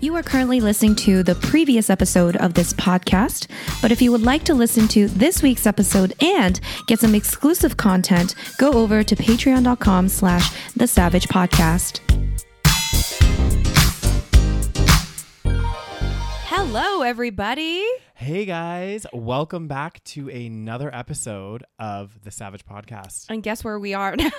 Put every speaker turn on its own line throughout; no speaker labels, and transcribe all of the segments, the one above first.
You are currently listening to the previous episode of this podcast, but if you would like to listen to this week's episode and get some exclusive content, go over to patreon.com slash the savage podcast. Hello, everybody.
Hey guys, welcome back to another episode of the Savage Podcast.
And guess where we are now?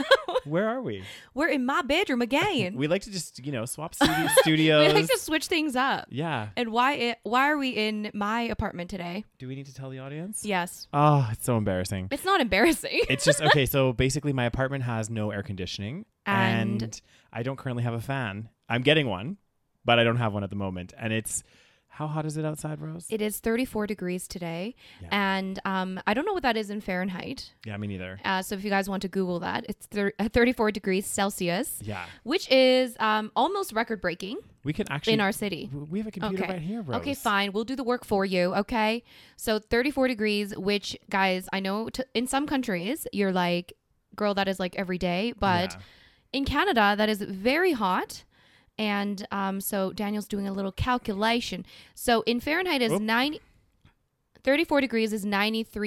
Where are we?
We're in my bedroom again.
We like to just, you know, swap studio-
we
studios.
like to switch things up.
yeah.
And why it, why are we in my apartment today?
Do we need to tell the audience?
Yes.
Oh, it's so embarrassing.
It's not embarrassing.
It's just okay. So basically, my apartment has no air conditioning, and,
And-
I don't currently have a fan. I'm getting one, but I don't have one at the moment. And it's how hot is it outside, Rose?
It is 34 degrees today.
Yeah.
And um, I don't know what that is in Fahrenheit.
yeah, me neither.
Uh, so if you guys want to Google that, it's thir- uh, 34 degrees Celsius,
Yeah,
which is um, almost record breaking
we can actually.
in our city.
w- we have a computer
Okay.
right here, Rose.
Okay, fine. We'll do the work for you. Okay. So 34 degrees, which, guys, I know t- in some countries you're like, girl, that is like every day. But
Yeah.
in Canada, that is very hot. And um, so Daniel's doing a little calculation. So in Fahrenheit is
Oop.
90, 34 degrees is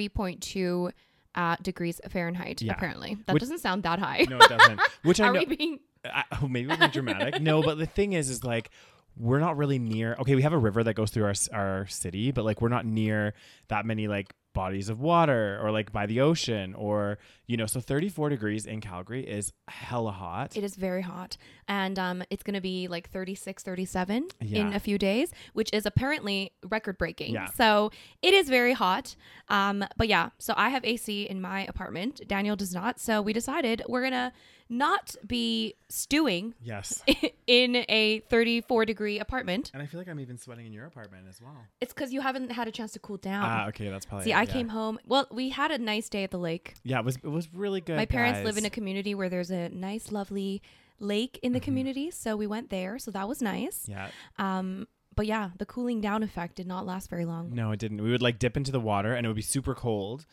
93.2 uh, degrees Fahrenheit,
Yeah.
apparently. That
Which-
doesn't sound that high.
no, it doesn't. Which I
Are
know.
we being.
I, oh, maybe we're being dramatic. no, but the thing is, is like we're not really near. Okay, we have a river that goes through our s- our city, but like we're not near that many like bodies of water or like by the ocean or you know. So 34 degrees in Calgary is hella hot.
It is very hot. And um, it's going to be like 36, 37 in
Yeah.
a few days, which is apparently record breaking.
Yeah.
So it is very hot. Um, but yeah, so I have AC in my apartment. Daniel does not. So we decided we're going to not be stewing
yes,
in a 34 degree apartment.
and I feel like I'm even sweating in your apartment as well.
It's because you haven't had a chance to cool down.
Ah, okay, that's probably.
Oh. See,
it,
I
yeah.
came home. Well, we had a nice day at the lake.
Yeah, it was it was really good.
My parents live in a
guys. Mm-hmm.
community where there's a nice, lovely lake in the community. So we went there. So that was nice.
Yeah,
Um, but yeah, the cooling down effect did not last very long.
no, it didn't. We would like dip into the water, and it would be super cold.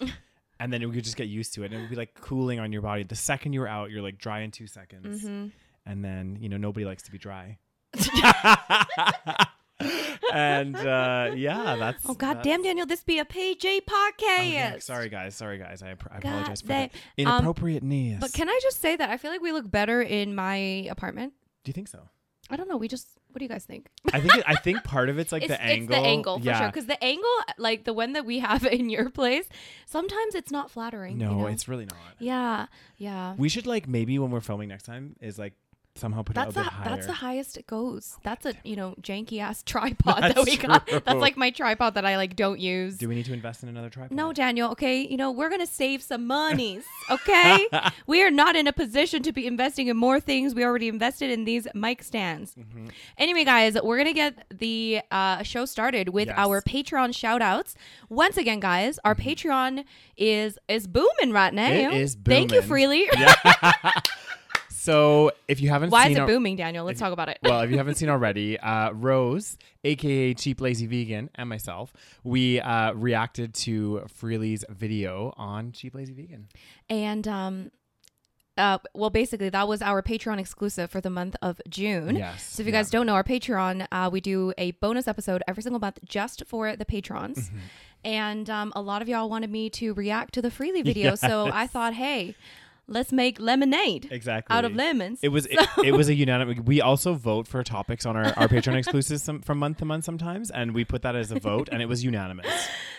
And then we could just get used to it, and it would be like cooling on your body. The second you were out, you're like dry in two seconds.
Mhm.
and then you know nobody likes to be dry and uh yeah that's
Oh god damn, Daniel, this be a PJ podcast.
oh, yeah, sorry guys sorry guys i, ap- I
God
apologize for
damn. Um,
that inappropriate knees
But can I just say that I feel like we look better in my apartment?
do you think so
I don't know. We just what do you guys think?
i think it, i think part of it's like
it's,
the angle
It's the angle for
yeah
sure. Because the angle, like the one that we have in your place, sometimes it's not flattering. you
no
know?
it's really not
yeah, yeah.
we should like maybe when we're filming next time is like somehow put it
That's
a
the
little bit higher
that's the highest it goes. That's a you know janky ass tripod
That's
that we got.
true.
That's like my tripod that I like don't use.
do we need to invest in another tripod
no, Daniel. Okay, you know we're gonna save some monies. Okay, we are not in a position to be investing in more things. We already invested in these mic stands.
Mm-hmm.
Anyway, guys, we're gonna get the uh, show started with
Yes. Mm-hmm.
our Patreon shout outs. Once again, guys, our Patreon is is booming right now.
It is
Thank you,
booming.
freely.
so if you haven't
Why
seen
is it
our-
booming, Daniel? Let's talk about it.
well, if you haven't seen already, uh, Rose, aka Cheap Lazy Vegan, and myself, we uh, reacted to Freely's video on Cheap Lazy Vegan.
and um uh well basically that was our patreon exclusive for the month of june
Yes,
so if you
yeah.
guys don't know our patreon uh, we do a bonus episode every single month just for the patrons
Mm-hmm.
and um, a lot of y'all wanted me to react to the freely video so i thought hey let's make lemonade
Exactly.
out of lemons
It was it, it was a unanimous. We also vote for topics on our, our Patreon exclusives some, from month to month sometimes, and we put that as a vote, and it was unanimous.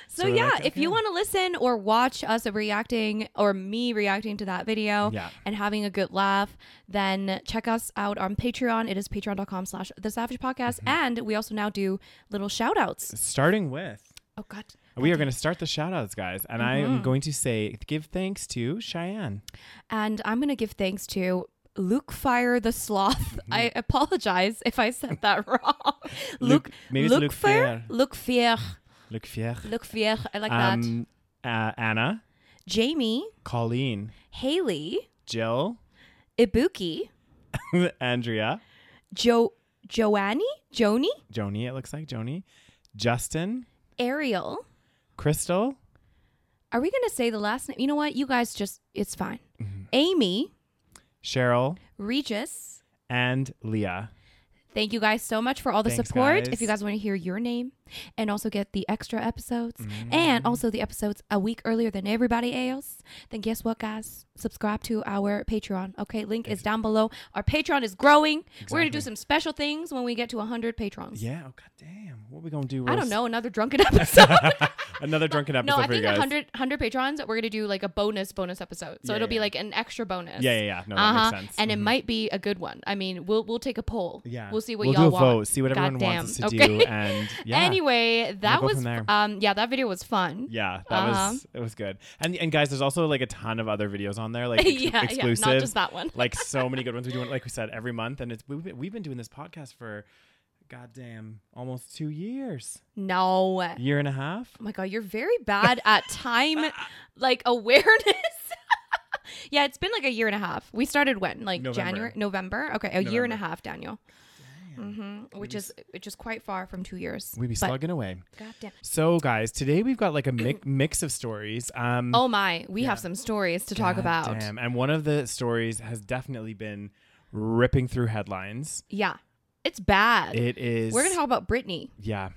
so,
so we're
yeah
like,
if you
okay.
want to listen or watch us reacting or me reacting to that video
Yeah.
and having a good laugh then check us out on patreon it is patreon.com slash the savage podcast
Mm-hmm.
and we also now do little shout outs
Starting with.
oh god
We are going to start the shout outs, guys, and I
Mm-hmm.
am going to say give thanks to Cheyenne.
and i'm gonna give thanks to Luke Fire the Sloth. I apologize if I said that wrong.
Mm-hmm. Luke-
Luke,
maybe it's Luke Fire.
Luke Fier.
Luc Fier.
Luke Fier. I like that.
Um, uh, Anna.
Jamie,
Colleen,
Haley,
Jill,
Ibuki,
Andrea,
Jo Joannie, Joni,
Joni, it looks like Joni, Justin,
Ariel.
Crystal,
Are we gonna say the last name? You know what? You guys just it's fine.
Mm-hmm.
Amy,
Cheryl,
Regis.
and Leah.
Thank you guys so much for all the
Thanks,
support.
guys.
If you guys want to hear your name and also get the extra episodes
Mm-hmm.
and also the episodes a week earlier than everybody else, then guess what, guys? Subscribe to our Patreon. Okay, link is down below. Our Patreon is growing. We're going to do
Exactly.
some special things when we get to 100 patrons.
Yeah. Oh, God damn. What are we going to do?
I
We're
don't
s-
know, another drunken episode.
Another drunken episode
no, I
for you
think
guys.
100, 100 patrons, we're going to do like a bonus, bonus episode. So
Yeah,
it'll be
yeah.
like an extra bonus.
Yeah, yeah, yeah. No, that
Uh-huh.
makes sense.
And it
Mhm.
might be a good one. I mean, we'll we'll take a poll.
Yeah.
We'll see what
we'll
y'all
do a
want.
vote, see what everyone wants us to
Goddamn.
do.
Okay.
And yeah.
Anyway, that
go
was
from there.
um yeah, that video was fun.
Yeah, that
Uh-huh.
was it was good. And and guys, there's also like a ton of other videos on there, like ex-
yeah, yeah,
exclusive.
not just that one.
like so many good ones. We do it like we said every month, and it's we've been, we've been doing this podcast for goddamn almost two years,
No. Oh
year and a half.
my god, you're very bad at time like awareness. yeah, it's been like a year and a half. We started when? Like
November.
January, November. Okay, a year and a
November.
half, Daniel. Mm-hmm. Which is which is quite far from two years.
We be
But
slugging away.
goddamn.
So guys, today we've got like a mi- mix of stories. Um,
Oh my, we have some stories to talk about.
goddamn. and one of the stories has definitely been ripping through headlines.
Yeah. It's bad.
It is.
We're gonna talk about Britney
Yeah.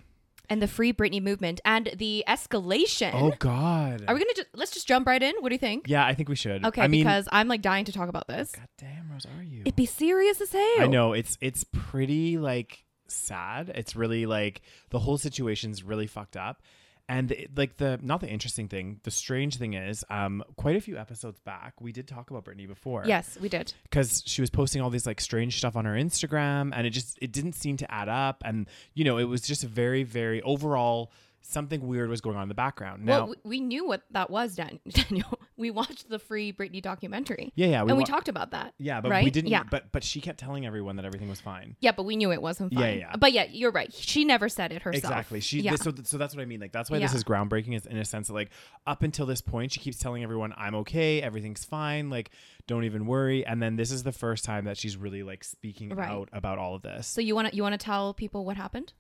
and the free Britney movement and the escalation.
Oh God.
Are we gonna just let's just jump right in? What do you think?
yeah, I think we should.
Okay,
I mean,
because I'm like dying to talk about this.
God damn, Rose, are you?
It'd be serious as hell.
I know it's it's pretty like sad. It's really like the whole situation's really fucked up. And it- like the not the interesting thing, the strange thing is, um, quite a few episodes back, we did talk about Brittany before.
Yes, we did.
because she was posting all these like strange stuff on her Instagram, and it just it didn't seem to add up. And you know, it was just very very overall something weird was going on in the background. Now,
well, we- we knew what that was, Dan- Daniel. We watched the free Britney documentary.
yeah, yeah,
and we
wa-
talked about that.
Yeah, but
right?
we didn't.
Yeah.
But but she kept telling everyone that everything was fine.
Yeah, but we knew it wasn't
Yeah,
fine.
yeah.
But yeah, you're right. She never said it herself.
Exactly. She
Yeah.
this, so so that's what I mean. Like that's why this
Yeah.
is groundbreaking is in a sense that like up until this point she keeps telling everyone I'm okay, everything's fine, like don't even worry. And then this is the first time that she's really like speaking
Right.
out about all of this.
so you want to you want to tell people what happened?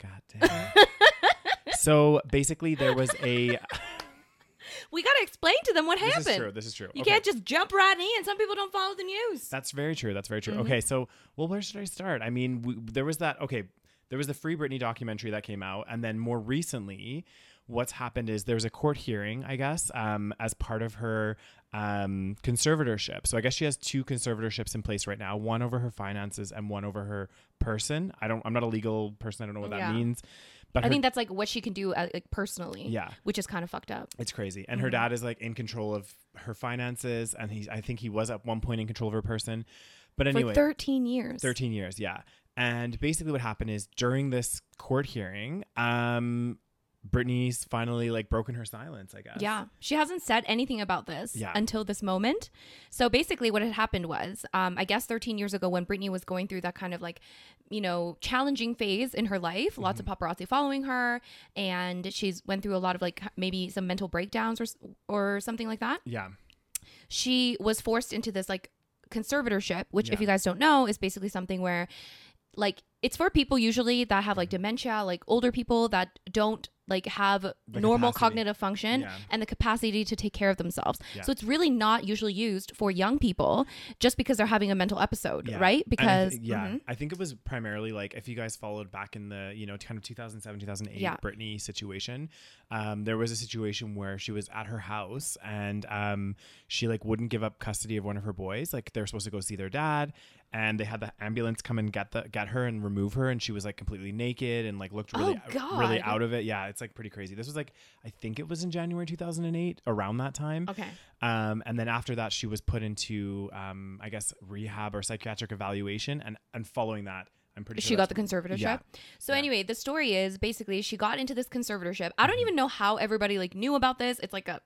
God damn. so basically there was a
We got to explain to them what
This
happened.
is true. This is true.
You
Okay.
can't just jump right in. Some people don't follow the news.
That's very true. That's very true.
Mm-hmm.
Okay, so well, where should I start? I mean, we, there was that. Okay, there was the Free Britney documentary that came out, and then more recently, what's happened is there was a court hearing, I guess, um, as part of her um, conservatorship. So I guess she has two conservatorships in place right now: one over her finances and one over her person. I don't. I'm not a legal person. I don't know what that
Yeah.
means. But
I
her
think that's like what she can do uh, like personally.
Yeah.
Which is kind of fucked up.
it's crazy. And
Mm-hmm.
her dad is like in control of her finances, and he. I think he was at one point in control of her person. But anyway,
For 13 years.
13 years, yeah. And basically what happened is during this court hearing, um Brittany's finally like broken her silence, I guess.
Yeah, she hasn't said anything about this
Yeah.
until this moment. So basically, what had happened was, um, I guess 13 years ago, when Britney was going through that kind of like, you know, challenging phase in her life, lots
Mm-hmm.
of paparazzi following her, and she's went through a lot of like maybe some mental breakdowns or s- or something like that.
Yeah.
She was forced into this like conservatorship, which, if
Yeah.
you guys don't know, is basically something where, like, it's for people usually that have
Mm-hmm.
like dementia, like older people that don't like have normal
capacity.
cognitive function
Yeah.
and the capacity to take care of themselves.
Yeah.
So it's really not usually used for young people just because they're having a mental episode,
Yeah.
right?
And I
Because
thi- yeah,
Mhm.
I think it was primarily like if you guys followed back in the you know kind of 2007 2008
Yeah.
Britney situation, um, there was a situation where she was at her house and um, she like wouldn't give up custody of one of her boys. Like they were supposed to go see their dad, and they had the ambulance come and get the get her and remove her, and she was like completely naked and like looked really
Oh,
really
God.
out of it. Yeah, it's like pretty crazy. This was like I think it was in January 2008 around that time.
okay.
Um, and then after that, she was put into, um, I guess, rehab or psychiatric evaluation. And and following that, I'm pretty sure
she got the
that's-
conservatorship.
Yeah.
So anyway, the
Mm-hmm.
story is basically she got into this conservatorship. I don't even know how everybody like knew about this. It's like a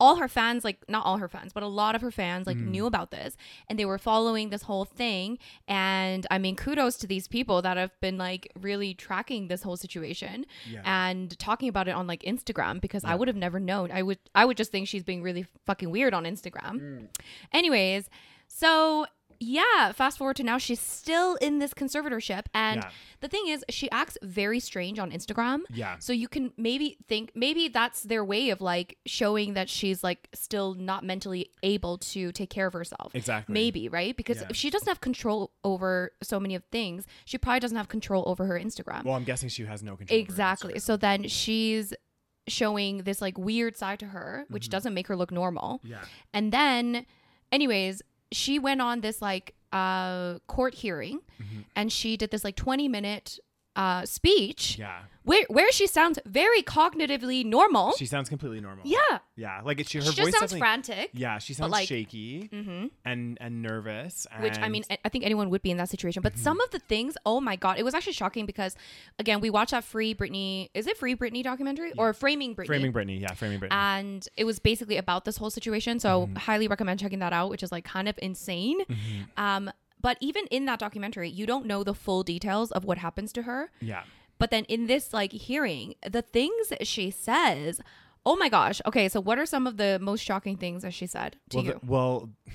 all her fans, like not all her fans, but a lot of her fans, like
Mm.
knew about this and they were following this whole thing. And I mean, kudos to these people that have been like really tracking this whole situation
Yeah.
and talking about it on like Instagram because I would have never known. I would I would just think she's being really fucking weird on Instagram.
Mm.
Anyways, so yeah, fast forward to now she's still in this conservatorship and
Yeah.
the thing is she acts very strange on Instagram.
Yeah.
So you can maybe think maybe that's their way of like showing that she's like still not mentally able to take care of herself.
Exactly.
Maybe, right? Because
Yeah.
if she doesn't have control over so many of things, she probably doesn't have control over her Instagram.
Well, I'm guessing she has no control. over her
Exactly.
Instagram.
So then she's showing this like weird side to her,
Mm-hmm.
which doesn't make her look normal.
Yeah.
And then, anyways, she went on this like uh, court hearing,
Mm-hmm.
and she did this like twenty minute uh, speech
Yeah.
where where she sounds very cognitively normal.
She sounds completely normal.
yeah,
Yeah. Like it, she, her
she
voice
just sounds
definitely-
frantic.
Yeah, she sounds
like-
shaky
hmm
and and nervous. And Mm-hmm.
Which I mean, I- I think anyone would be in that situation. But some of the things, oh my god, it was actually shocking because, again, we watched that Free Britney. Is it Free Britney documentary or Framing Britney?
framing Britney. Yeah, framing Britney.
and it was basically about this whole situation so
Mm-hmm.
highly recommend checking that out which is like kind of insane
Mm-hmm.
um but even in that documentary you don't know the full details of what happens to her
yeah.
but then in this like hearing the things that she says oh my gosh okay so what are some of the most shocking things that she said to
well,
you
th- well,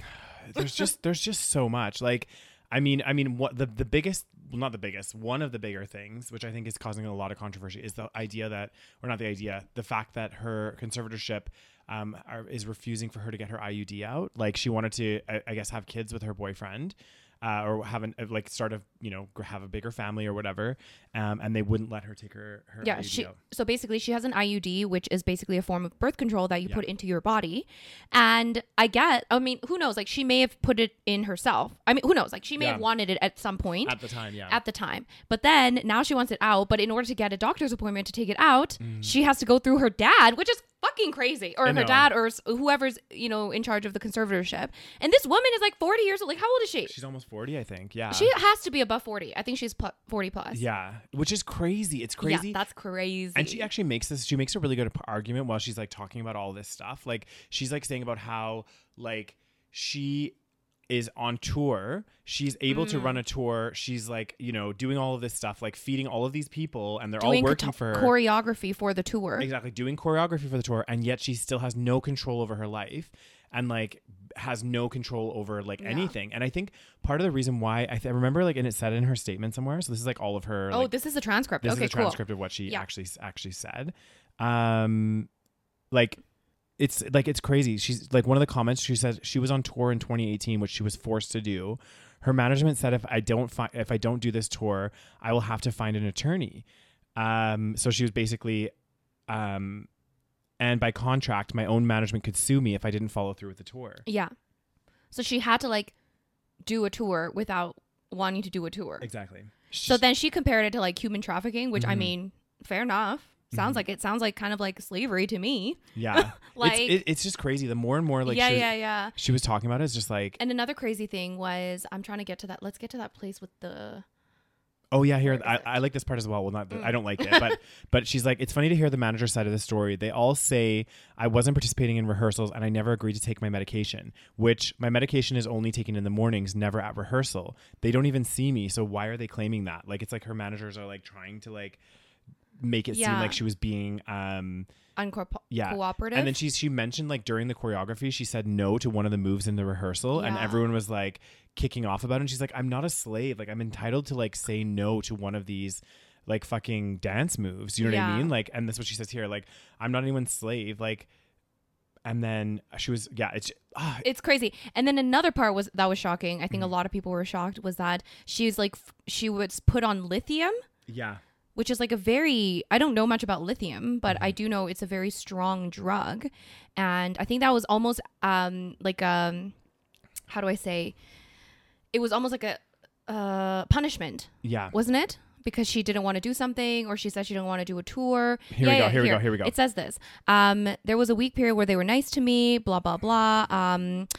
there's just there's just so much. Like, I mean, I mean, what the the biggest, well, not the biggest, one of the bigger things, which I think is causing a lot of controversy, is the idea that, or not the idea, the fact that her conservatorship. Um, are, is refusing for her to get her IUD out. Like she wanted to, I, I guess, have kids with her boyfriend, uh, or have an uh, like start a you know gr- have a bigger family or whatever. Um, and they wouldn't let her take her her
yeah
IUD
she
out.
so basically she has an iud which is basically a form of birth control that you
Yeah.
put into your body and i get i mean who knows like she may have put it in herself i mean who knows like she may
Yeah.
have wanted it at some point
at the time. Yeah,
at the time. But then now she wants it out. But in order to get a doctor's appointment to take it out, she has to go through her dad, which is fucking crazy, or
Mm. I
her
know.
dad, or s- whoever's you know in charge of the conservatorship. And this woman is like forty years old. Like, how old is she?
she's almost forty, I think. Yeah,
she has to be above forty. I think she's pl- forty plus.
Yeah, which is crazy. It's
Yeah,
crazy.
that's crazy.
and she actually makes this. She makes a really good p- argument while she's like talking about all this stuff. Like she's like saying about how like she is on tour. She's able
Mm.
to run a tour. She's like you know doing all of this stuff, like feeding all of these people, and they're
doing
all working
chore-
for her.
choreography for the tour.
Exactly, doing choreography for the tour, and yet she still has no control over her life, and like has no control over like anything. And I think part of the reason why I, th- I remember like, and it said in her statement somewhere. So this is like all of her.
Oh,
like,
this is a transcript.
this
okay,
is a transcript
cool.
of what she
Yeah.
actually actually said. Um, like it's like it's crazy. She's like one of the comments she said she was on tour in 2018, which she was forced to do. Her management said if I don't find if I don't do this tour, I will have to find an attorney. Um, so she was basically, um, and by contract, my own management could sue me if I didn't follow through with the tour.
Yeah. So she had to like do a tour without wanting to do a tour.
Exactly.
So then she compared it to like human trafficking, which I
Mm-hmm.
mean, fair enough. Sounds like it sounds like kind of like slavery to me.
yeah,
Like-
Mm-hmm. it's, it, it's just crazy. The more and more like
yeah,
she, was-
yeah, yeah.
she was talking about it, it's just like
And another crazy thing was I'm trying to get to that. Let's get to that place with the
Oh yeah, here I,
it?
I like this part as well. Well, not the, I don't like it, but but she's like, it's funny to hear the manager side of the story. They all say I wasn't participating in rehearsals and I never agreed to take my medication, which my medication is only taken in the mornings, never at rehearsal. They don't even see me, so why are they claiming that? Like it's like her managers are like trying to like make it seem
Yeah.
like she was being um
uncooperative.
yeah
cooperative.
and then she she mentioned like during the choreography she said no to one of the moves in the rehearsal and
Yeah.
everyone was like kicking off about it and she's like i'm not a slave like i'm entitled to like say no to one of these like fucking dance moves you know what
Yeah.
i mean like and that's what she says here like i'm not anyone's slave like and then she was yeah it's ah,
it's crazy. And then another part was that was shocking. I think
Mm-hmm.
a lot of people were shocked was that she was like f- she was put on lithium,
yeah
which is like a very I don't know much about lithium, but
Mm-hmm.
I do know it's a very strong drug, and I think that was almost um like um how do I say it was almost like a uh punishment,
yeah
wasn't it? Because she didn't want to do something, or she said she didn't want to do a tour.
Here we go, here we go, here we go.
It says this. Um, there was a week period where they were nice to me. Blah blah blah. Um,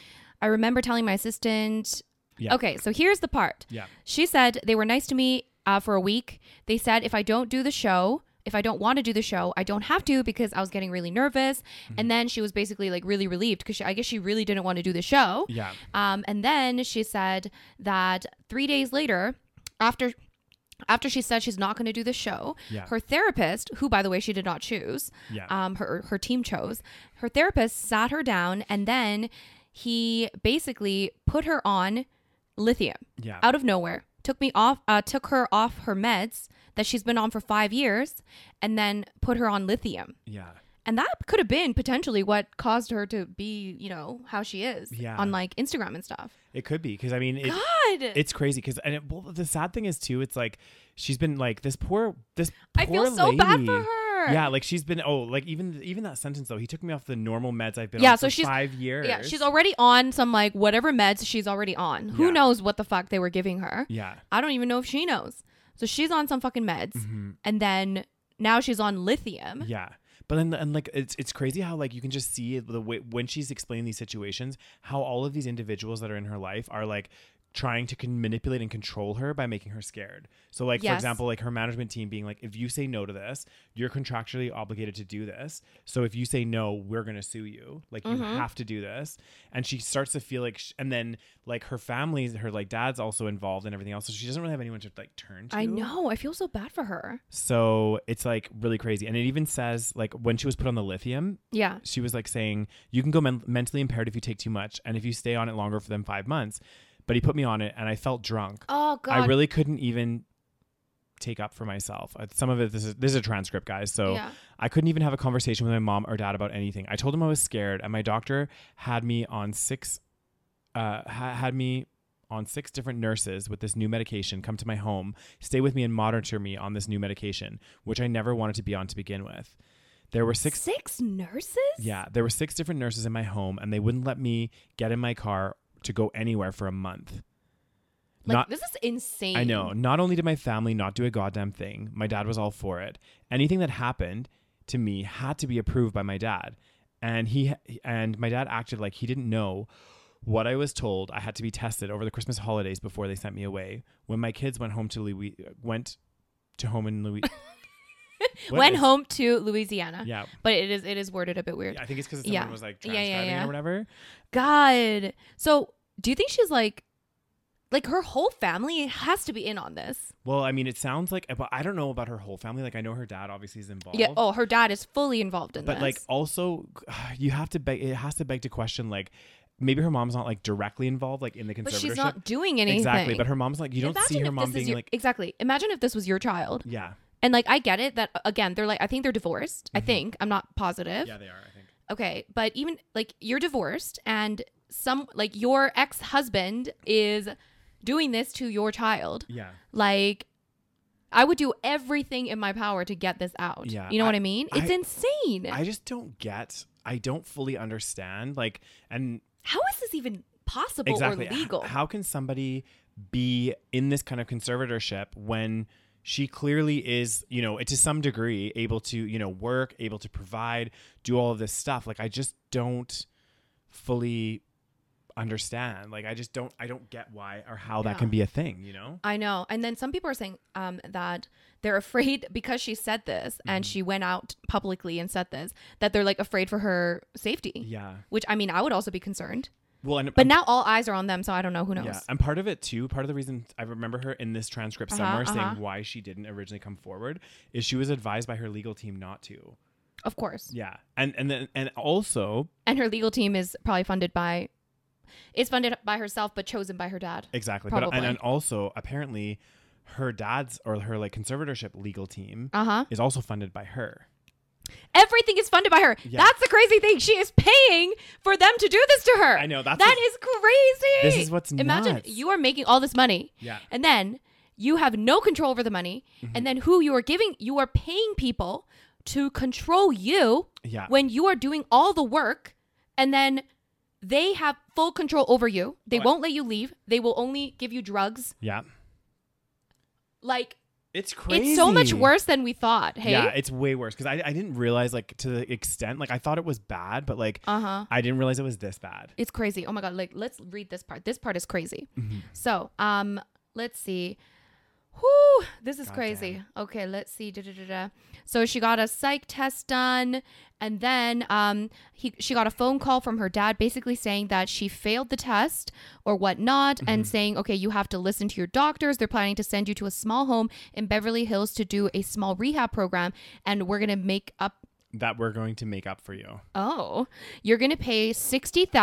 I remember telling my assistant.
Yeah.
Okay, so here's the part.
yeah
She said they were nice to me uh, for a week. They said if I don't do the show, if I don't want to do the show, I don't have to because I was getting really nervous.
Mm-hmm.
And then she was basically like really relieved because I guess she really didn't want to do the show.
Yeah.
Um, and then she said that three days later, after after she said she's not going to do the show,
Yeah.
her therapist, who by the way she did not choose,
Yeah.
um, her her team chose, her therapist sat her down and then he basically put her on lithium
Yeah.
out of nowhere. Took me off, uh, took her off her meds that she's been on for five years, and then put her on lithium.
yeah.
And that could have been potentially what caused her to be, you know, how she is
Yeah.
on like Instagram and stuff.
It could be because I mean, it,
God,
it's crazy because and it, well, the sad thing is too. It's like she's been like this poor this.
I feel
poor
so bad
lady.
for her.
Yeah, like she's been oh like even even that sentence though he took me off the normal meds I've been
Yeah,
on
so
for
she's-
five years.
yeah, she's already on some like whatever meds she's already on. Who
Yeah.
knows what the fuck they were giving her?
yeah
I don't even know if she knows. So she's on some fucking meds, and then now she's on lithium.
Mm-hmm. yeah. But then and like it's it's crazy how like you can just see the way when she's explaining these situations how all of these individuals that are in her life are like trying to con- manipulate and control her by making her scared. So like for
Yes.
example like her management team being like if you say no to this, you're contractually obligated to do this. So if you say no, we're going to sue you. Like you
Mm-hmm.
have to do this. And she starts to feel like sh- and then like her family, her like dad's also involved and everything else. So she doesn't really have anyone to like turn to.
I know. I feel so bad for her.
So it's like really crazy. And it even says like when she was put on the lithium,
Yeah.
she was like saying, you can go men- mentally impaired if you take too much and if you stay on it longer for than five months. But he put me on it and I felt drunk.
Oh God.
I really couldn't even take up for myself. Uh, Some of it, this is, this is a transcript, guys. So
Yeah.
I couldn't even have a conversation with my mom or dad about anything. I told him I was scared and my doctor had me on six, uh, ha- had me on six different nurses with this new medication come to my home, stay with me and monitor me on this new medication, which I never wanted to be on to begin with. There were six
Six nurses?
yeah, there were six different nurses in my home, and they wouldn't let me get in my car to go anywhere for a month.
Like
Not-
this is insane.
I know. Not only did my family not do a goddamn thing, my dad was all for it. Anything that happened to me had to be approved by my dad, and he and my dad acted like he didn't know what I was told. I had to be tested over the Christmas holidays before they sent me away. When my kids went home to Louis, went to home in Louis. What
Went
is-
home to Louisiana.
Yeah.
But it is it is worded a bit weird.
I think it's because someone
Yeah.
was like
Yeah, yeah,
transcribing it
yeah.
or whatever.
God. So do you think she's like like her whole family has to be in on this?
Well, I mean, it sounds like, but I don't know about her whole family. Like, I know her dad obviously is involved.
Yeah. Oh, her dad is fully involved in
but
this.
like also, you have to beg. It has to beg to question. Like, maybe her mom's not like directly involved, like in the conservatorship.
but she's not doing anything.
exactly. But her mom's like, you don't see
Imagine
her
if
mom
this is
being
your-
like,
exactly. Imagine if this was your child,
yeah,
and like I get it that again they're like I think they're divorced. I think I'm not positive.
Mm-hmm. yeah, they are. I think.
Okay, but even like you're divorced and some like your ex-husband is doing this to your child.
Yeah.
Like I would do everything in my power to get this out.
Yeah,
You know
I-
what I mean? It's
I-
insane.
I just don't get. I don't fully understand. Like, and
How is this even possible
exactly
or
h-
legal?
How can somebody be in this kind of conservatorship when she clearly is, you know, to some degree able to, you know, work, able to provide, do all of this stuff? Like I just don't fully understand. Like I just don't I don't get why or how that can be a thing, you know?
I know. And then some people are saying um, that they're afraid because she said this and
Mm-hmm.
she went out publicly and said this that they're like afraid for her safety.
Yeah.
Which I mean, I would also be concerned.
Well, and um,
But now all eyes are on them, so I don't know who knows.
Yeah, and part of it too, part of the reason I remember her in this transcript
Uh-huh,
somewhere
uh-huh.
saying why she didn't originally come forward is she was advised by her legal team not to.
Of course.
Yeah. And and then and also
And her legal team is probably funded by is funded by herself but chosen by her dad.
Exactly. But and
Probably.
then also apparently her dad's or her like conservatorship legal team
Uh-huh.
is also funded by her.
Everything is funded by her.
Yeah.
That's the crazy thing. She is paying for them to do this to her.
I know, that's
That
what-
is crazy.
This is what's
Imagine
nuts.
you are making all this money.
Yeah.
And then you have no control over the money.
Mm-hmm.
And then who you are giving you are paying people to control you
Yeah.
when you are doing all the work and then they have full control over you. They
Oh, I-
won't let you leave. They will only give you drugs.
Yeah.
Like
It's crazy.
it's so much worse than we thought. Hey.
Yeah, it's way worse because I, I didn't realize like to the extent like I thought it was bad, but like
uh huh.
I didn't realize it was this bad.
It's crazy. Oh my
Mm-hmm.
god. Like let's read this part. This part is crazy. So um, let's see. Whew, this is
Goddamn.
crazy. Okay, let's see. Da, da, da, da. So she got a psych test done, and then um, he, she got a phone call from her dad basically saying that she failed the test or whatnot, and
Mm-hmm.
saying, okay, you have to listen to your doctors. They're planning to send you to a small home in Beverly Hills to do a small rehab program, and we're going to make up
that we're going to make up for you.
Oh, you're going to pay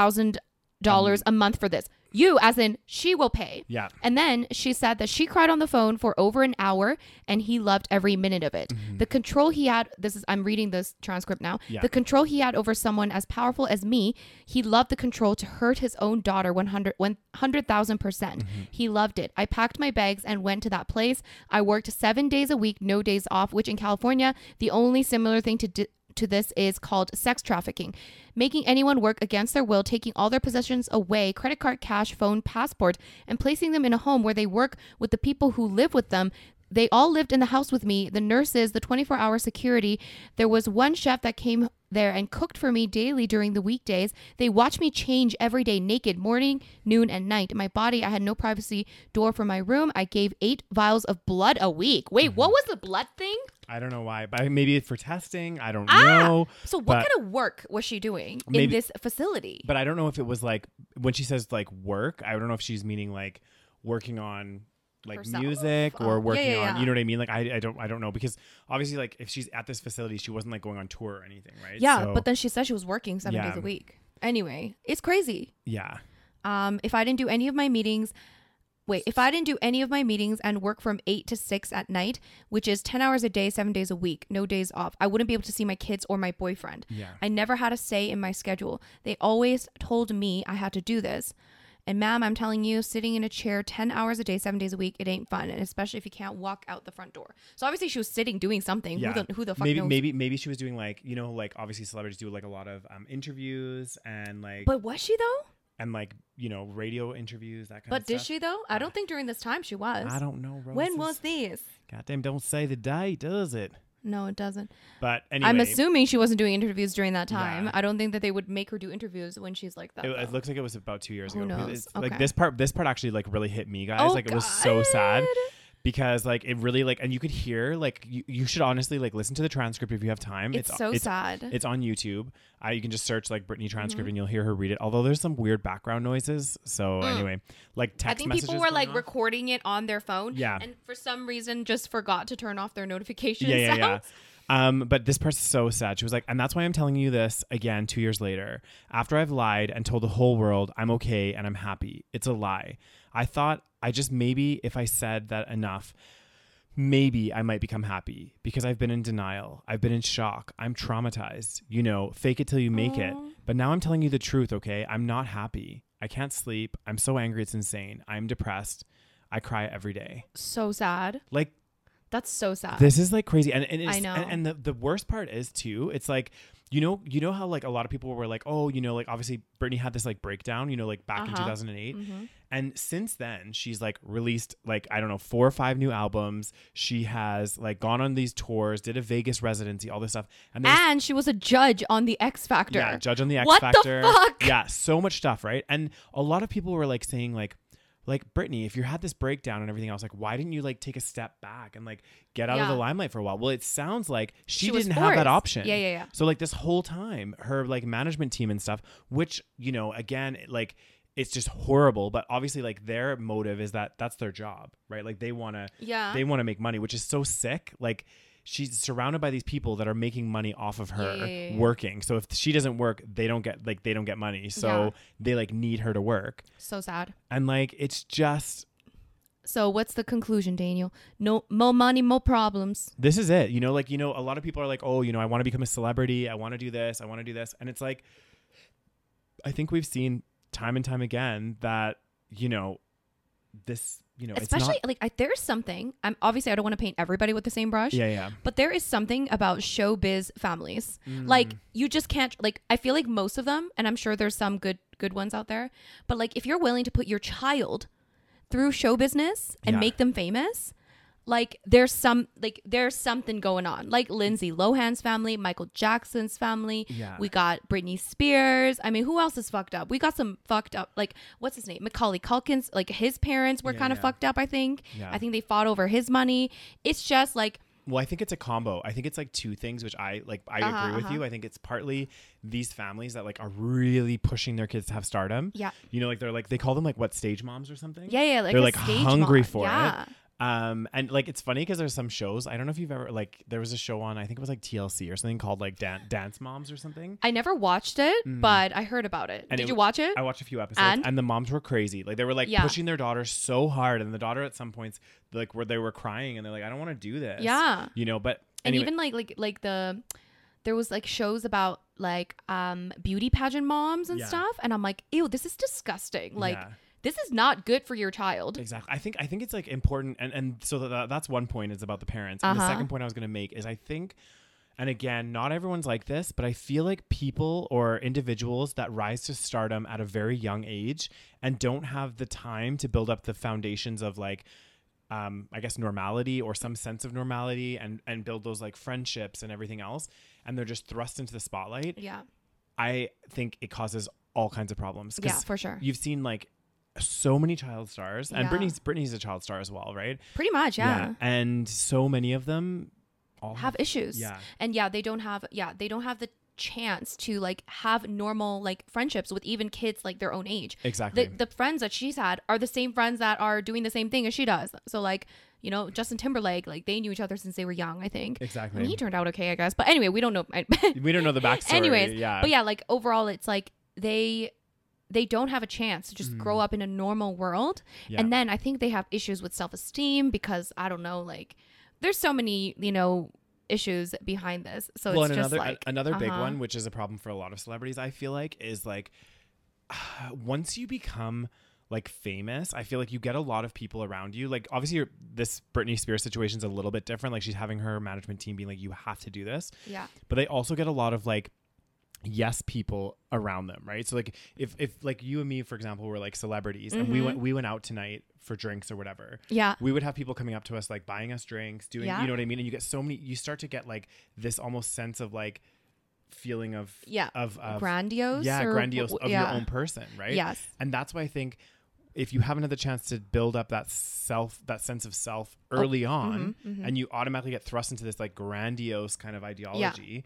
$60,000 a month for this. You, as in, she will pay.
Yeah.
And then she said that she cried on the phone for over an hour and he loved every minute of it. The control he had, this is, I'm reading this transcript now.
Yeah.
The control he had over someone as powerful as me, he loved the control to hurt his own daughter 100 100,000%. percent He loved it. I packed my bags and went to that place. I worked seven days a week, no days off, which in California, the only similar thing to. Di- to this is called sex trafficking, making anyone work against their will, taking all their possessions away credit card, cash, phone, passport and placing them in a home where they work with the people who live with them. They all lived in the house with me the nurses, the 24 hour security. There was one chef that came there and cooked for me daily during the weekdays. They watched me change every day naked, morning, noon, and night. My body, I had no privacy door for my room. I gave eight vials of blood a week. Wait,
Mm-hmm.
what was the blood thing?
I don't know why, but maybe for testing. I don't
Ah!
know.
So what
but-
kind of work was she doing in
Maybe-
this facility?
But I don't know if it was like when she says like work, I don't know if she's meaning like working on like
Herself?
music
Oh, yeah,
or working
yeah, yeah.
on you know what I mean? Like I, I don't I don't know because obviously like if she's at this facility, she wasn't like going on tour or anything, right?
yeah,
So-
but then she said she was working seven
Yeah.
days a week. Anyway, it's crazy.
Yeah.
Um, if I didn't do any of my meetings, wait, if I didn't do any of my meetings and work from eight to six at night, which is 10 hours a day, seven days a week, no days off, I wouldn't be able to see my kids or my boyfriend.
Yeah.
I never had a say in my schedule. They always told me I had to do this. And ma'am, I'm telling you, sitting in a chair 10 hours a day, seven days a week, it ain't fun. And especially if you can't walk out the front door. So obviously she was sitting doing something.
Yeah.
Who, the, who the fuck
maybe
knows?
maybe maybe she was doing like you know like obviously celebrities do like a lot of um interviews and like
But was she though?
and like you know radio interviews that kind of
But did
stuff.
she though? I don't think during this time she was.
I don't know. Roses.
When was these?
Goddamn! Don't say the date, does it?
No, it doesn't.
But anyway,
I'm assuming she wasn't doing interviews during that time.
Yeah.
I don't think that they would make her do interviews when she's like that.
It,
though.
it looks like it was about two years
Who
ago.
knows?
It's-
Okay.
Like this part, this part actually like really hit me, guys.
Oh,
like it was so sad
God.
because like it really like, and you could hear like you, you should honestly like listen to the transcript if you have time.
It's so sad. Mm-hmm.
It's on YouTube. Uh, you can just search like Brittany transcript and you'll hear her read it. Although there's some weird background noises. So anyway, like
Mm. I
text
think
messages
people were
going
like
off.
recording it on their phone.
Yeah.
And for some reason just forgot to turn off their notifications.
yeah, yeah, yeah.
out.
Um, but this part's so sad. She was like, and that's why I'm telling you this again two years later. After I've lied and told the whole world I'm okay and I'm happy, it's a lie. I thought I just maybe if I said that enough, maybe I might become happy because I've been in denial. I've been in shock. I'm traumatized. You know, fake it till you make it. But now I'm telling you the truth, okay? I'm not happy. I can't sleep. I'm so angry. It's insane. I'm depressed. I cry every day.
So sad.
Like,
That's so sad.
this is like crazy and, and it's,
I know.
and, and the, the worst part is too it's like you know you know how like a lot of people were like oh you know like obviously Britney had this like breakdown you know like back in
Uh-huh.
2008 and since then she's like released like I don't know four or five new albums she has like gone on these tours did a Vegas residency all this stuff and there's
and she was a judge on the X Factor.
yeah, judge on the X
What the
Factor.
fuck?
Yeah, so much stuff, right? And a lot of people were like saying like like Brittany, if you had this breakdown and everything else, like why didn't you like take a step back and like get out of the
Yeah.
limelight for a while? Well, it sounds like she,
She was
didn't have
forced.
that option.
Yeah, yeah, yeah.
So like this whole time, her like management team and stuff, which you know, again, it, like it's just horrible. But obviously, like their motive is that that's their job, right? Like they want to,
Yeah.
they want to make money, which is so sick. Like she's surrounded by these people that are making money off of her
Yeah, yeah, yeah.
working. So if she doesn't work, they don't get like they don't get money. So
Yeah.
they like need her to work,
So sad.
and like it's just
So what's the conclusion, Daniel? No more money, more problems.
this is it. You know, like you know, a lot of people are like, oh, you know, I want to become a celebrity. I want to do this. I want to do this, and it's like, I think we've seen time and time again that you know, this you know,
Especially
it's not,
like I, there's something. I'm obviously I don't want to paint everybody with the same brush.
yeah, yeah,
But there is something about showbiz families. Like
Mm.
you just can't like I feel like most of them and I'm sure there's some good good ones out there, but like if you're willing to put your child through show business and
Yeah.
make them famous, like there's some like there's something going on. Like Lindsay Lohan's family, Michael Jackson's family.
Yeah.
We got Britney Spears. I mean, who else is fucked up? We got some fucked up like what's his name? Macaulay Culkin's like his parents were
Yeah,
kind of
yeah.
fucked up, I think.
Yeah.
I think they fought over his money. It's just like
Well, I think it's a combo. I think it's like two things, which I like. I
Uh-huh,
agree with
uh-huh.
you. I think it's partly these families that like are really pushing their kids to have stardom.
Yeah.
you know, like they're like they call them like what stage moms or something.
yeah, yeah, like
they're
a
like
stage
hungry
mom.
for
yeah.
it. Um, and like it's funny because there's some shows. I don't know if you've ever like there was a show on I think it was like TLC or something called like Dan- Dance Moms or something.
I never watched it, but I heard about it.
Mm-hmm. And
Did
it-
you watch it?
I watched a few episodes, and,
And?
the moms were crazy. Like they were like
Yeah.
pushing their daughter so hard, and the daughter at some points like where they were crying, and they're like, "I don't want to do this."
Yeah.
you know. But
and
anyway,
even like like like the there was like shows about like um beauty pageant moms and
Yeah.
stuff and i'm like ew this is disgusting like
Yeah.
this is not good for your child
Exactly. I think I think it's like important, and and so that that's one point is about the parents. And the
Uh-huh.
second point I was going to make is I think, and again, not everyone's like this, but I feel like people or individuals that rise to stardom at a very young age and don't have the time to build up the foundations of like. Um, I guess normality or some sense of normality and and build those like friendships and everything else and they're just thrust into the spotlight.
yeah
I think it causes all kinds of problems. 'Cause
yeah for sure
you've seen like so many child stars and
Yeah.
Britney's Britney's a child star as well, right?
pretty much yeah,
And so many of them all
have issues
Oh Yeah.
and yeah they don't have yeah they don't have the chance to like have normal like friendships with even kids like their own age
Exactly.
the, the friends that she's had are the same friends that are doing the same thing as she does so like you know justin timberlake like they knew each other since they were young i think I
exactly.
mean, he turned out okay, I guess. But anyway, we don't know.
we don't know the backstory.
Anyways,
yeah.
but yeah, like overall, it's like they they don't have a chance to just grow up in a normal world,
Mm. Yeah.
and then I think they have issues with self esteem because I don't know, like there's so many you know issues behind this. So
well,
it's
and
just
another uh,
like
another big
uh-huh.
one, which is a problem for a lot of celebrities, I feel like, is like once you become like famous, I feel like you get a lot of people around you. Like obviously, your this Britney Spears situation is a little bit different. Like she's having her management team being like, "You have to do this,"
Yeah,
but they also get a lot of like yes people around them right so like if if like you and me for example were like celebrities and we
Mm-hmm.
went we went out tonight for drinks or whatever
yeah,
we would have people coming up to us like buying us drinks doing
Yeah.
you know what i mean and you get so many you start to get like this almost sense of like feeling of
Yeah.
of, of
grandiose.
yeah
or-
grandiose of
yeah.
your own person right
Yes.
and that's why i think if you haven't had the chance to build up that self that sense of self
Oh,
early
mm-hmm.
on
Mm.
and you automatically get thrust into this like grandiose kind of ideology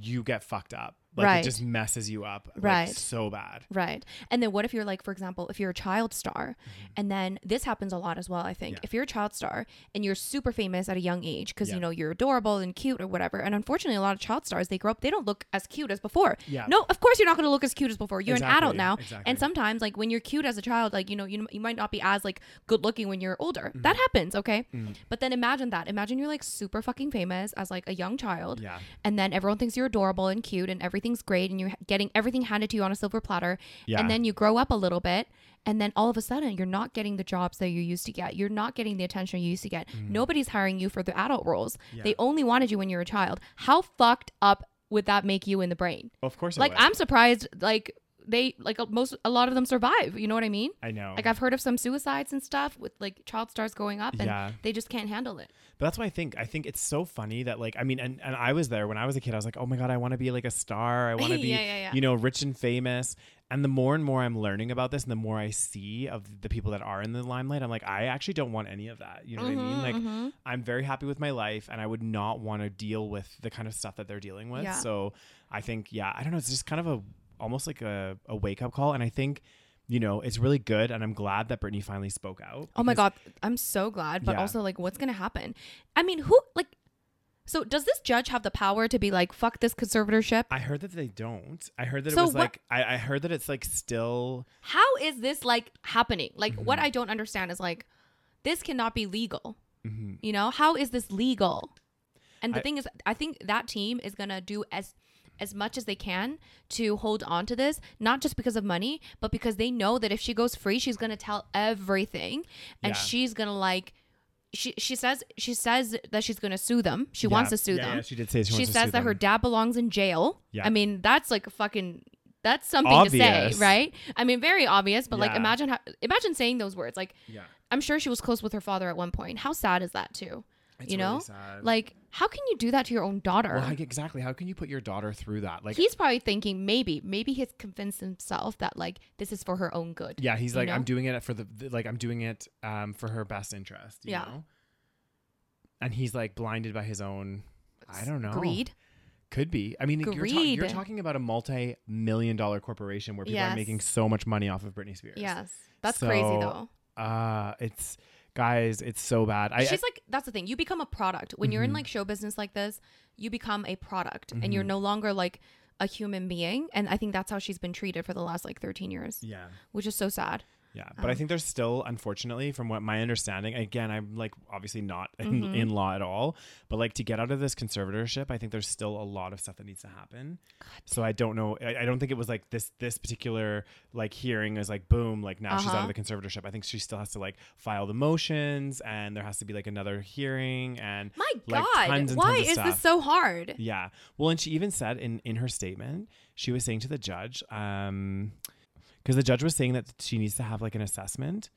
you get fucked up like it
Right.
just messes you up like,
Right.
so bad
Right. And then what if you're like, for example, if you're a child star, and then this happens a lot as well, I think.
Mm-hmm. Yeah.
If you're a child star and you're super famous at a young age because,
Yeah.
you know, you're adorable and cute or whatever. And unfortunately, a lot of child stars, they grow up, they don't look as cute as before.
Yeah.
No, of course you're not going to look as cute as before. You're an adult
Exactly,
now.
exactly.
And sometimes, like, when you're cute as a child, like, you know, you, you might not be as, like, good looking when you're older.
Mm-hmm.
That happens, okay? But then imagine that. Imagine you're, like, super fucking famous as, like, a young child
yeah
and then everyone thinks you're adorable and cute and everything's great and you're getting everything handed to you on a silver platter
Yeah.
and then you grow up a little bit and then all of a sudden you're not getting the jobs that you used to get you're not getting the attention you used to get
Mm.
nobody's hiring you for the adult roles they only wanted you when you were a child how fucked up would that make you in the brain
of course it
like
would.
i'm surprised like they like uh, most a lot of them survive you know what i mean
i know
like i've heard of some suicides and stuff with like child stars going up and
Yeah.
they just can't handle it
But that's why I think I think it's so funny that like I mean and, and I was there when I was a kid I was like oh my god I want to be like a star I want to be
Yeah, yeah, yeah.
you know rich and famous and the more and more I'm learning about this and the more I see of the people that are in the limelight I'm like I actually don't want any of that you know what I
Mm-hmm,
mean like I'm very happy with my life and I would not want to deal with the kind of stuff that they're dealing with
Yeah.
so I think yeah I don't know it's just kind of a almost like a, a wake up call and I think you know it's really good and I'm glad that Brittany finally spoke out
Oh my
because-
god, I'm so glad, but
Yeah.
also like what's going to happen? I mean, who like so does this judge have the power to be like fuck this conservatorship?
I heard that they don't. I heard that
So
it was
what-
like I, I heard that it's like still
How is this like happening? Like
Mm-hmm.
what I don't understand is like this cannot be legal.
mm-hmm.
You know, how is this legal? And the
I-
thing is I think that team is going to do as as much as they can to hold on to this, not just because of money, but because they know that if she goes free, she's going to tell everything and
Yeah.
she's going to like she she says she says that she's going to sue them. She wants
Yeah,
to sue
yeah,
them.
yeah, she did say she,
she
wants to
says
sue
that her
them.
dad belongs in jail.
Yeah.
I mean, that's like a fucking That's something to
Obvious.
say, right? I mean, very obvious, but like
Yeah.
imagine how imagine saying those words. Like
Yeah.
I'm sure she was close with her father at one point. How sad is that too?
It's
you
really
know?
sad.
Like how can you do that to your own daughter?
Well, like, exactly. How can you put your daughter through that? Like,
he's probably thinking maybe maybe he's convinced himself that like this is for her own good.
yeah, he's like,
know?
I'm doing it for the, the- like, I'm doing it um for her best interest. You
Yeah.
Know? And he's like blinded by his own. I don't know.
Greed.
Could be. I mean, You're, ta- you're
Greed.
talking about a multi-million dollar corporation where people
Yes.
are making so much money off of Britney Spears.
Yes. That's crazy
So,
though.
Uh, it's guys, it's so bad. I, Mm-hmm.
She's like that's the thing. You become a product. When you're in like show business like this, you become a product and you're no longer like a human being and I think that's how she's been treated for the last like 13 years,
yeah,
which is so sad.
yeah.
Oh.
But I think there's still, unfortunately, from what my understanding, again, I'm like obviously not in,
Mm-hmm.
in law at all, but like to get out of this conservatorship, I think there's still a lot of stuff that needs to happen. So I don't know. I, I don't think it was like this this particular like hearing is like boom, like now she's out
Uh-huh.
of the conservatorship. I think she still has to like file the motions, and there has to be like another hearing, and
My
like,
god,
tons and
why
tons of
is
stuff.
this so hard?
Yeah. Well, and she even said in in her statement, she was saying to the judge, um, because the judge was saying that she needs to have like an assessment.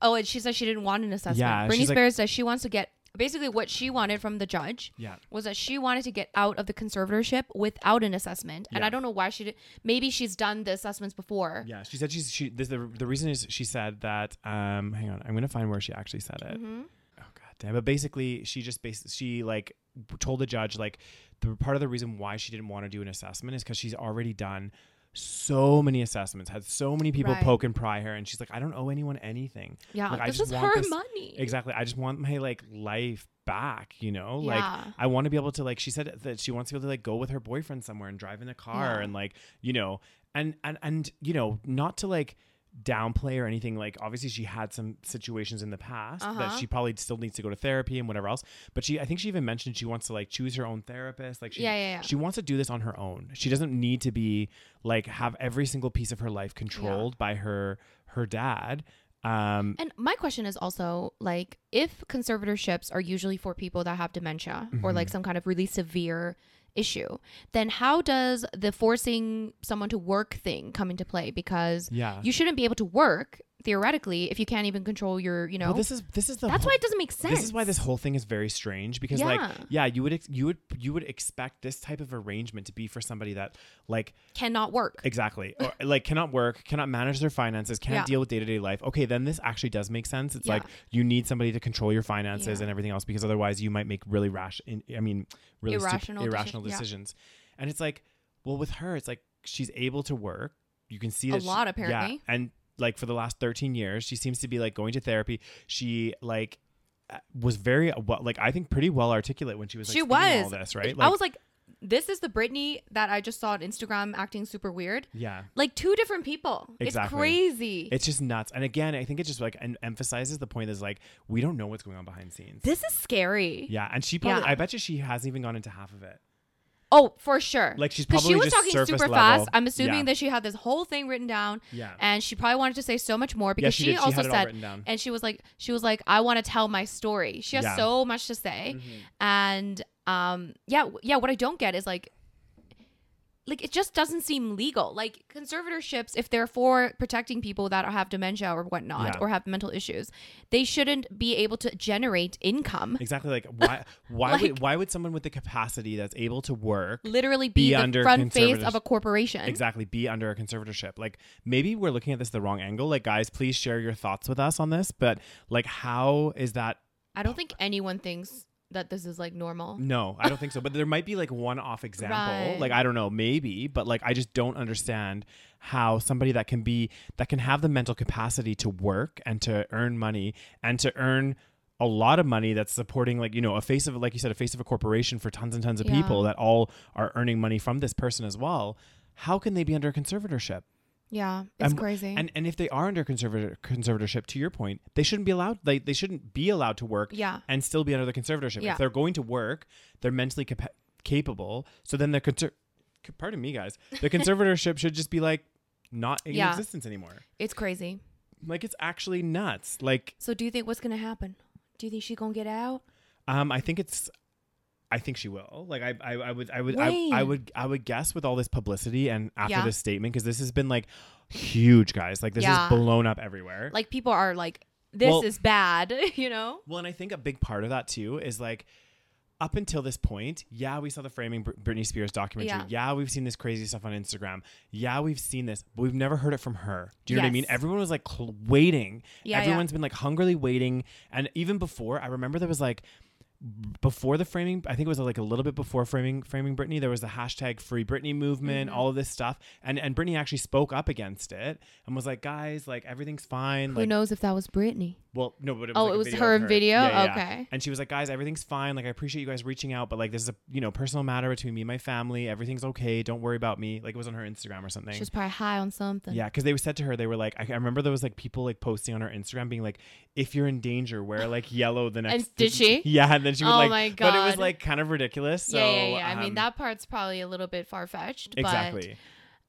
Oh, and she said she didn't want an assessment.
Yeah,
Britney
she's like-
Spears says she wants to get basically what she wanted from the judge
Yeah.
was that she wanted to get out of the conservatorship without an assessment. And
Yeah.
I don't know why she did. Maybe she's done the assessments before.
Yeah. She said she's she. This, the the reason is she said that. Um, hang on, I'm gonna find where she actually said it.
Mm-hmm.
Oh god damn! But basically, she just basically she like told the judge like the part of the reason why she didn't want to do an assessment is because she's already done so many assessments, had so many people
Right.
poke and pry her, and she's like, I don't owe anyone anything.
Yeah,
Like, I
this
just
is
want
her
this-
money.
Exactly. I just want my like life back, you know?
Yeah.
Like I want to be able to like she said that she wants to be able to like go with her boyfriend somewhere and drive in a car
Yeah.
and like, you know, and and and you know, not to like downplay or anything like obviously she had some situations in the past
Uh-huh.
that she probably still needs to go to therapy and whatever else but she i think she even mentioned she wants to like choose her own therapist like she,
Yeah, yeah, yeah.
she wants to do this on her own she doesn't need to be like have every single piece of her life controlled by her her dad um
And my question is also like if conservatorships are usually for people that have dementia or
Mm-hmm.
like some kind of really severe issue, then how does the forcing someone to work thing come into play? Because
yeah
you shouldn't be able to work theoretically if you can't even control your, you know.
Well, this is this is the
that's
whole-
why it doesn't make sense.
This is why this whole thing is very strange because like
Yeah.
yeah, you would ex- you would you would expect this type of arrangement to be for somebody that like
cannot work.
exactly or, like cannot work, cannot manage their finances, can't
Yeah.
deal with day-to-day life. Okay, then this actually does make sense. It's
Yeah.
like you need somebody to control your finances
Yeah.
and everything else because otherwise you might make really rash in, I mean really stupid-
Irrational deci-
irrational
yeah.
decisions. And it's like well with her it's like she's able to work. You can see
A
that she-
lot,
yeah,
apparently.
and like for the last 13 years she seems to be like going to therapy. She like uh, was very well, like I think pretty well articulate when she was. Like,
she
speaking
was.
all this, right?
I was like, this is the Britney that I just saw on Instagram acting super weird.
yeah,
Like two different people. It's
Exactly.
crazy.
it's just nuts. And again, I think it just like en- emphasizes the point is like we don't know what's going on behind the scenes.
this is scary.
yeah, and she probably,
Yeah.
I bet you, she hasn't even gone into half of it.
Oh, for sure.
Like, she's
'Cause she
probably
was
just
talking
surface
super
level.
fast. I'm assuming
Yeah.
that she had this whole thing written down.
Yeah.
And she probably wanted to say so much more because
she
she,
did. She
also
had it all
said
written down.
and she was like she was like I want to tell my story. She has
Yeah. Mm-hmm.
so much to say. And um yeah, w- yeah, what I don't get is like like it just doesn't seem legal. Like conservatorships, if they're for protecting people that have dementia or whatnot
Yeah.
or have mental issues, they shouldn't be able to generate income.
Exactly. Like why? Why
Like-
would? Why would someone with the capacity that's able to work
Literally
Be
be, the
under
front face
conservators-
of a corporation.
exactly be under a conservatorship? Like maybe we're looking at this the wrong angle. Like guys, please share your thoughts with us on this. But like, how is that
I don't think anyone thinks that this is like normal.
No, I don't think so. But there might be like one off example.
Right.
Like I don't know, maybe, but like I just don't understand how somebody that can be that can have the mental capacity to work and to earn money and to earn a lot of money that's supporting like you know a face of like you said a face of a corporation for tons and tons of
Yeah.
people that all are earning money from this person as well how can they be under a conservatorship
Yeah, it's
and,
crazy.
and and if they are under conservator conservatorship to your point they shouldn't be allowed they, they shouldn't be allowed to work
Yeah.
and still be under the conservatorship
Yeah.
if they're going to work they're mentally capa- capable so then the conser- c- pardon me guys the conservatorship should just be like not in
Yeah.
existence anymore
it's crazy.
like it's actually nuts like
So do you think what's gonna happen? Do you think she gonna get out?
um i think it's I think she will. Like I, I, I would, I would, I, I
Wait.
would, I would guess with all this publicity and after
Yeah.
this statement because this has been like huge, guys. Like this
Yeah.
is blown up everywhere.
Like people are like, this
Well-
is bad, you know?
Well, and I think a big part of that too is like up until this point, yeah, we saw the framing Br- Britney Spears documentary.
Yeah.
Yeah. we've seen this crazy stuff on Instagram. Yeah, we've seen this, but we've never heard it from her. Do you know what I mean?
Yes.
Everyone was like cl- waiting.
Yeah, yeah.
Everyone's been like hungrily waiting. And even before, I remember there was like b- before the framing, I think it was like a little bit before framing framing Britney, there was the hashtag free Britney movement,
Mm-hmm.
all of this stuff. And and Britney actually spoke up against it and was like, guys, like everything's fine.
Who
like
knows if that was Britney?
well, no, but it was
Oh,
like
it
a
was
video
her
of
video?
Yeah, yeah, yeah.
Okay.
And she was like, "Guys, everything's fine. Like, I appreciate you guys reaching out, but like, this is a you know personal matter between me and my family. Everything's okay. Don't worry about me." Like, it was on her Instagram or something.
She was probably high on something.
yeah, because they said to her, they were like, I, I remember there was like people like posting on her Instagram being like, "If you're in danger, wear like yellow the next."
did she?
Yeah, and then she was
Oh
like,
my
but it was
God.
like kind of ridiculous. So,
yeah, yeah, yeah. I mean,
um,
that part's probably a little bit far fetched.
exactly.
But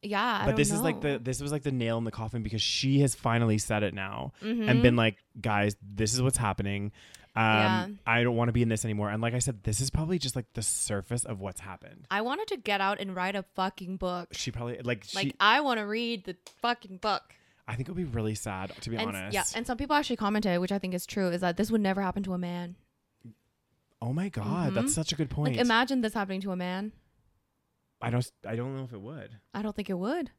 yeah. I
but
don't
this is like
know.
the this was like the nail in the coffin because she has finally said it now
Mm-hmm.
and been like guys this is what's happening um
Hmm? Yeah.
i don't want to be in this anymore and like i said this is probably just like the surface of what's happened
I wanted to get out and write a fucking book.
she probably like she
Like, I want to read the fucking book.
i think it would be really sad to be
And,
honest
yeah, and some people actually commented, which I think is true, is that this would never happen to a man.
oh my god that's such a good point
Mm-hmm. Like, imagine this happening to a man.
i don't i don't know if it would
I don't think it would.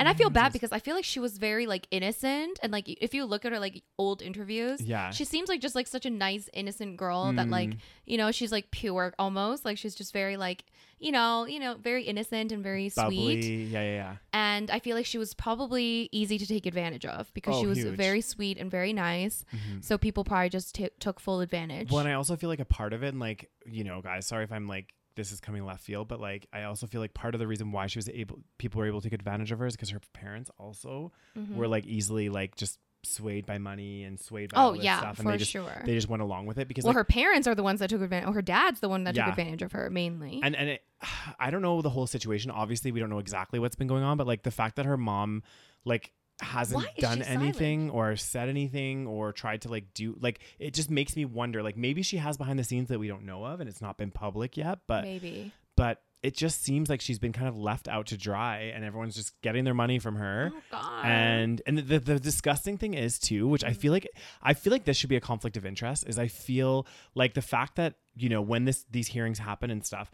And I feel bad because I feel like she was very like innocent and like if you look at her like old interviews,
Yeah. Mm.
she seems like just like such a nice innocent girl that like you know she's like pure almost like she's just very like you know you know very innocent and very
bubbly
sweet
yeah yeah yeah
and I feel like she was probably easy to take advantage of because
Oh,
she was
huge.
very sweet and very nice, so people probably just t- took full advantage.
Mm-hmm. Well, and I also feel like a part of it, and like, you know, guys, sorry if I'm like, this is coming left field, but like, I also feel like part of the reason why she was able, people were able to take advantage of her is because her parents also
Mm-hmm.
were like easily like just swayed by money and swayed by
Mm. Oh,
all this
yeah,
stuff. And
for
they just,
sure.
They just went along with it because
well,
like,
her parents are the ones that took advantage. Or her dad's the one that
Yeah.
took advantage of her mainly.
and and it, I don't know the whole situation. Obviously, we don't know exactly what's been going on, but like the fact that her mom like hasn't
Why is she
done
silent?
anything or said anything or tried to like do like it just makes me wonder like maybe she has behind the scenes that we don't know of and it's not been public yet but
Maybe.
but it just seems like she's been kind of left out to dry and everyone's just getting their money from her
Oh God.
and and the, the disgusting thing is too which i feel like
mm-hmm.
i feel like this should be a conflict of interest is i feel like the fact that you know when this these hearings happen and stuff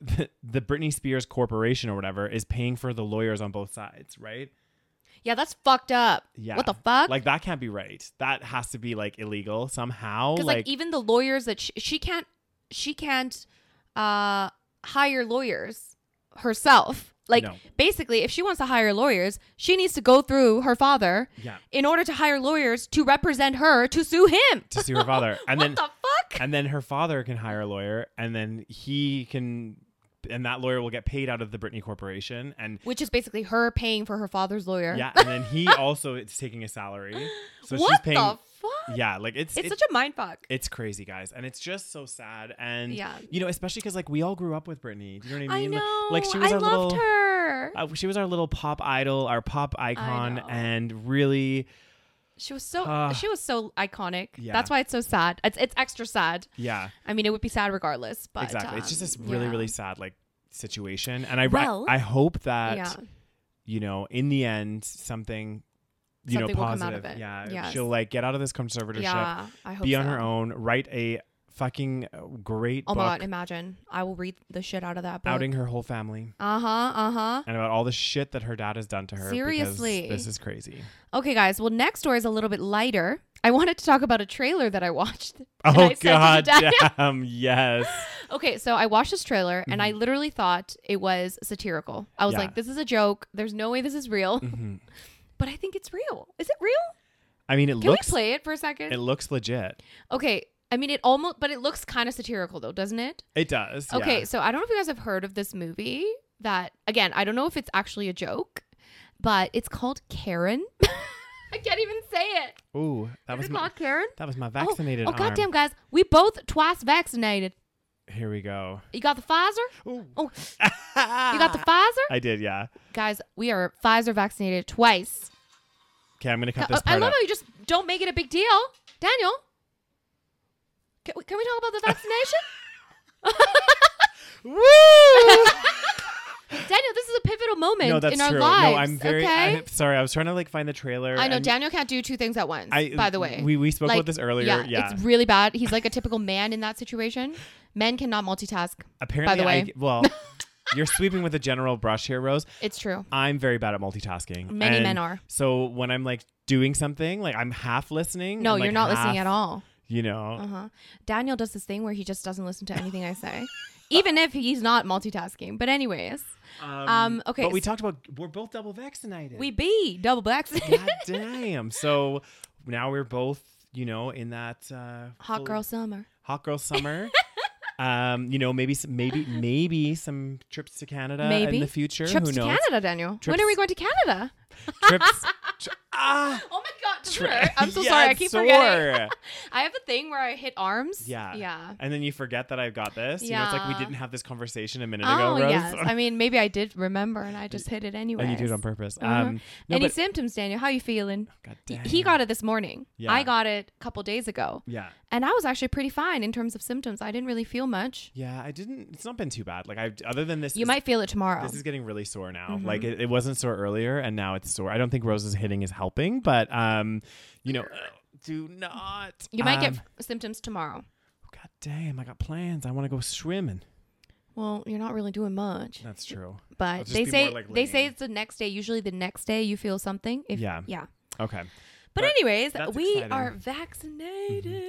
the, the britney spears corporation or whatever is paying for the lawyers on both sides right
yeah, that's fucked up.
yeah
What the fuck?
like that can't be right that has to be like illegal somehow
because
like,
like, e even the lawyers that she, she can't she can't uh hire lawyers herself like
No.
basically if she wants to hire lawyers she needs to go through her father
Yeah.
in order to hire lawyers to represent her to sue him
to sue her father and
what
then
the fuck
and then her father can hire a lawyer and then he can and that lawyer will get paid out of the Britney Corporation and
which is basically her paying for her father's lawyer
yeah and then he also is taking a salary so she's
what
paying
the fuck
yeah like it's
it's
it-
such a mind fuck
it's crazy guys and it's just so sad and
Yeah.
you know especially because like we all grew up with Britney do you know what I
i
mean
know
like she was
i
our
loved
little
her
uh, she was our little pop idol our pop icon
know.
and really
she was so
Ah.
she was so iconic
Yeah.
that's why it's so sad it's it's extra sad
yeah
I mean, it would be sad regardless, but
exactly it's just
um,
this really
yeah.
really sad like situation and I
Well,
I, I hope that
yeah.
you know, in the end, something, you
Something
know,
will come out
positive.
of it.
Yeah,
Yes.
she'll like get out of this conservatorship,
Yeah, I hope
be on
so.
her own, write a fucking uh, great
Oh
book,
my god, imagine! I will read the shit out of that book.
outing her whole family,
Uh huh. Uh huh.
and about all the shit that her dad has done to her. because
Seriously.
this is crazy.
Okay, guys. Well, next story is a little bit lighter. I wanted to talk about a trailer that I watched. and
Oh
I sent it to
god,
Daniel.
damn, yes.
Okay, so I watched this trailer and I literally thought it was satirical. I was
Mm-hmm. Yeah.
like, "This is a joke. There's no way this is real." But I think it's real. Is it real?
Mm-hmm. I mean, it
Can
looks
we play it for a second?
it looks legit.
okay. I mean, it almost, but it looks kind of satirical though, doesn't it?
It does. yeah.
Okay, so I don't know if you guys have heard of this movie that again, I don't know if it's actually a joke, but it's called Karen. I can't even say it.
Ooh, that
Is
was
it
my
called Karen?
that was my
Oh,
vaccinated
Oh,
arm.
goddamn guys, we both twice vaccinated.
Here we go.
You got the Pfizer?
Ooh.
Oh, you got the Pfizer?
I did, yeah.
Guys, we are Pfizer vaccinated twice.
Okay, I'm gonna cut
I-
this
Uh, I
part
love
up.
how you just don't make it a big deal. Daniel, can, we- can we talk about the vaccination?
Woo!
Daniel, this is a pivotal moment
no, that's
in our
true.
lives.
no, I'm very
okay.
I'm sorry. I was trying to like find the trailer.
I know
and
Daniel can't do two things at once.
I-
by the way,
we- we spoke about this earlier,
Yeah,
yeah.
it's really bad. He's like a typical man in that situation. Men cannot multitask.
Apparently,
by the
I,
way,
well, you're sweeping with a general brush here, Rose.
it's true.
I'm very bad at multitasking.
Many
And
men are.
So when I'm like doing something, like I'm half listening.
No,
and, like,
you're not
half,
listening at all.
You know,
Uh huh. Daniel does this thing where he just doesn't listen to anything I say, even if he's not multitasking. But anyways,
Um,
Um, okay,
But we
s-
talked about we're both double vaccinated.
we be double blacks.
God damn. So now we're both, you know, in that uh,
Hot
full-
girl summer.
hot girl summer. um, you know, maybe some, maybe maybe some trips to Canada
Maybe
in the future.
Trips
Who
to
knows?
Canada, Daniel. When
Trips-
are we going to Canada?
Trips. tr- ah.
Oh my god,
tri-
I'm so
Yeah,
sorry. I keep
sore.
forgetting. I have a thing where I hit arms.
Yeah.
Yeah.
And then you forget that I've got this. You know, it's like we
Yeah.
didn't have this conversation a minute
Oh
ago, Rose.
yes. I mean, maybe I did remember, and I just hit it anyway.
and you do it on purpose.
Uh-huh.
Um, no,
Any
but, Oh,
symptoms, Daniel? How you feeling?
God
D-
damn.
He got it this morning.
Yeah.
I got it a couple days ago,
Yeah.
and I was actually pretty fine in terms of symptoms. I didn't really feel much.
Yeah, I didn't. It's not been too bad. Like I, other than this,
You might Mm-hmm. feel it tomorrow.
This is getting really sore now. Like it, it wasn't sore earlier, and now it's sore. I don't think Rose's hitting is helping, but um, you know, do not.
you might get
um, oh,
f- symptoms tomorrow.
God damn! I got plans. I want to go swimming.
Well, you're not really doing much,
That's true.
but
just
they
be
say
more, like,
they say
laying.
it's the next day. Usually, the next day you feel something. If,
Yeah.
yeah.
Okay.
But,
But
anyways,
that's
we
exciting.
are vaccinated.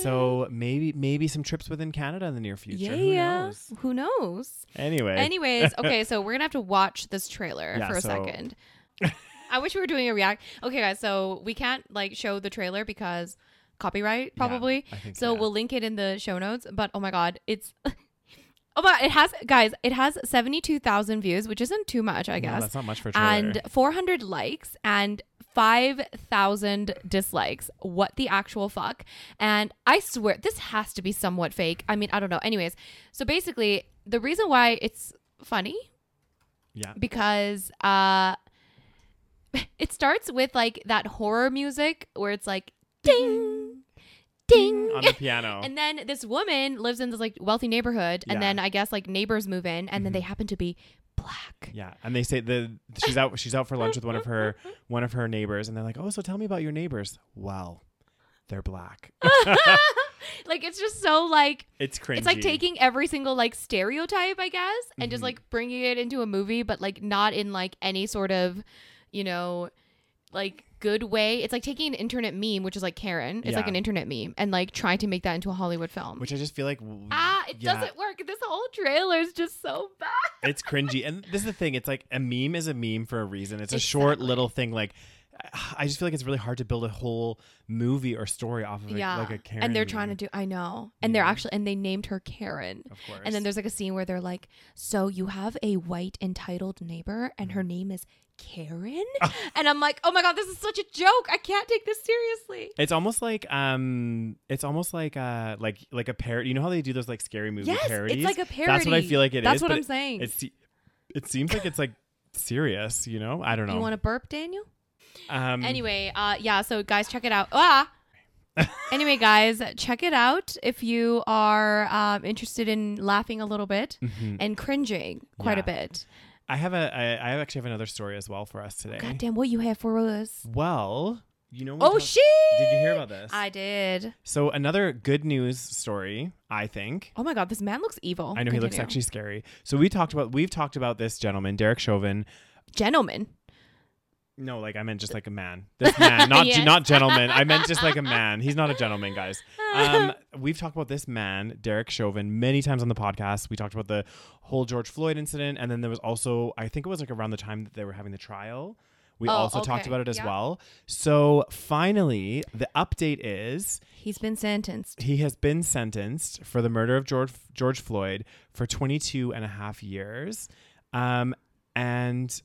So maybe maybe some trips within Canada in the near future. Who
yeah,
knows?
who knows?
Anyway.
Anyways, okay, so we're gonna have to watch this trailer
Yeah,
for a
so-
second. I wish we were doing a react. Okay, guys, so we can't like show the trailer because copyright
Yeah,
probably.
I think,
so
yeah.
we'll link it in the show notes. But oh my god, it's oh my it has guys, it has seventy two thousand views, which isn't too much, I
No,
guess,
that's not much for a trailer.
and four hundred likes and. 5,000 dislikes. What the actual fuck? And I swear, this has to be somewhat fake. I mean, I don't know. Anyways, so basically, the reason why it's funny
yeah.
because uh it starts with like that horror music where it's like ding ding
On the piano.
and then this woman lives in this like wealthy neighborhood and
Yeah.
then i guess like neighbors move in and then they happen to be black
Yeah, and they say the she's out she's out for lunch with one of her one of her neighbors, and they're like, "Oh, so tell me about your neighbors." Well, they're black.
like it's just so like
it's cringy.
it's like taking every single like stereotype i guess and just
Mhm.
like bringing it into a movie but like not in like any sort of you know like good way it's like taking an internet meme which is like karen it's like
Yeah.
an internet meme and like trying to make that into a hollywood film
which I just feel like w-
ah it
yeah,
doesn't work this whole trailer is just so bad
It's cringy, and this is the thing. It's like a meme is a meme for a reason. It's a short
Exactly.
little thing. Like, I just feel like it's really hard to build a whole movie or story off of
yeah
a, like a Karen.
and they're trying to do i know and they're actually and they named her karen
of course.
and then there's like a scene where they're like, "So you have a white entitled neighbor, and her name is Karen," and I'm like, "Oh my god, this is such a joke! I can't take this seriously."
It's almost like um, it's almost like uh, like like a parody. You know how they do those like scary movie
Yes, it's
parodies?
like a
That's what I
parody.
feel like it is.
That's what
but
I'm
it-
saying.
It, se- it seems like it's like serious. You know, I don't know.
You want to burp, Daniel?
um,
Anyway, uh, yeah. So guys, check it out. Ah. anyway, guys, check it out if you are um, interested in laughing a little bit and cringing quite a
Yeah.
bit.
mm-hmm. I have a I, I actually have another story as well for us today.
Goddamn, what you have for us?
Well, you know. we
Oh
talked-
shit!
Did you hear about this?
I did.
So another good news story, I think.
Oh my god, this man looks evil.
I know he looks
Continue.
actually scary. So we talked about we've talked about this gentleman, Derek Chauvin.
gentleman.
No, like I meant just like a man. This man, not
Yes.
not gentleman. I meant just like a man. He's not a gentleman, guys. Um, we've talked about this man, Derek Chauvin, many times on the podcast. We talked about the whole George Floyd incident, and then there was also I think it was like around the time that they were having the trial. We
Oh,
also talked
okay.
about it as
Yeah.
well. So finally, the update is
He's been sentenced.
he has been sentenced for the murder of George George Floyd for 22 and a half years. Um, and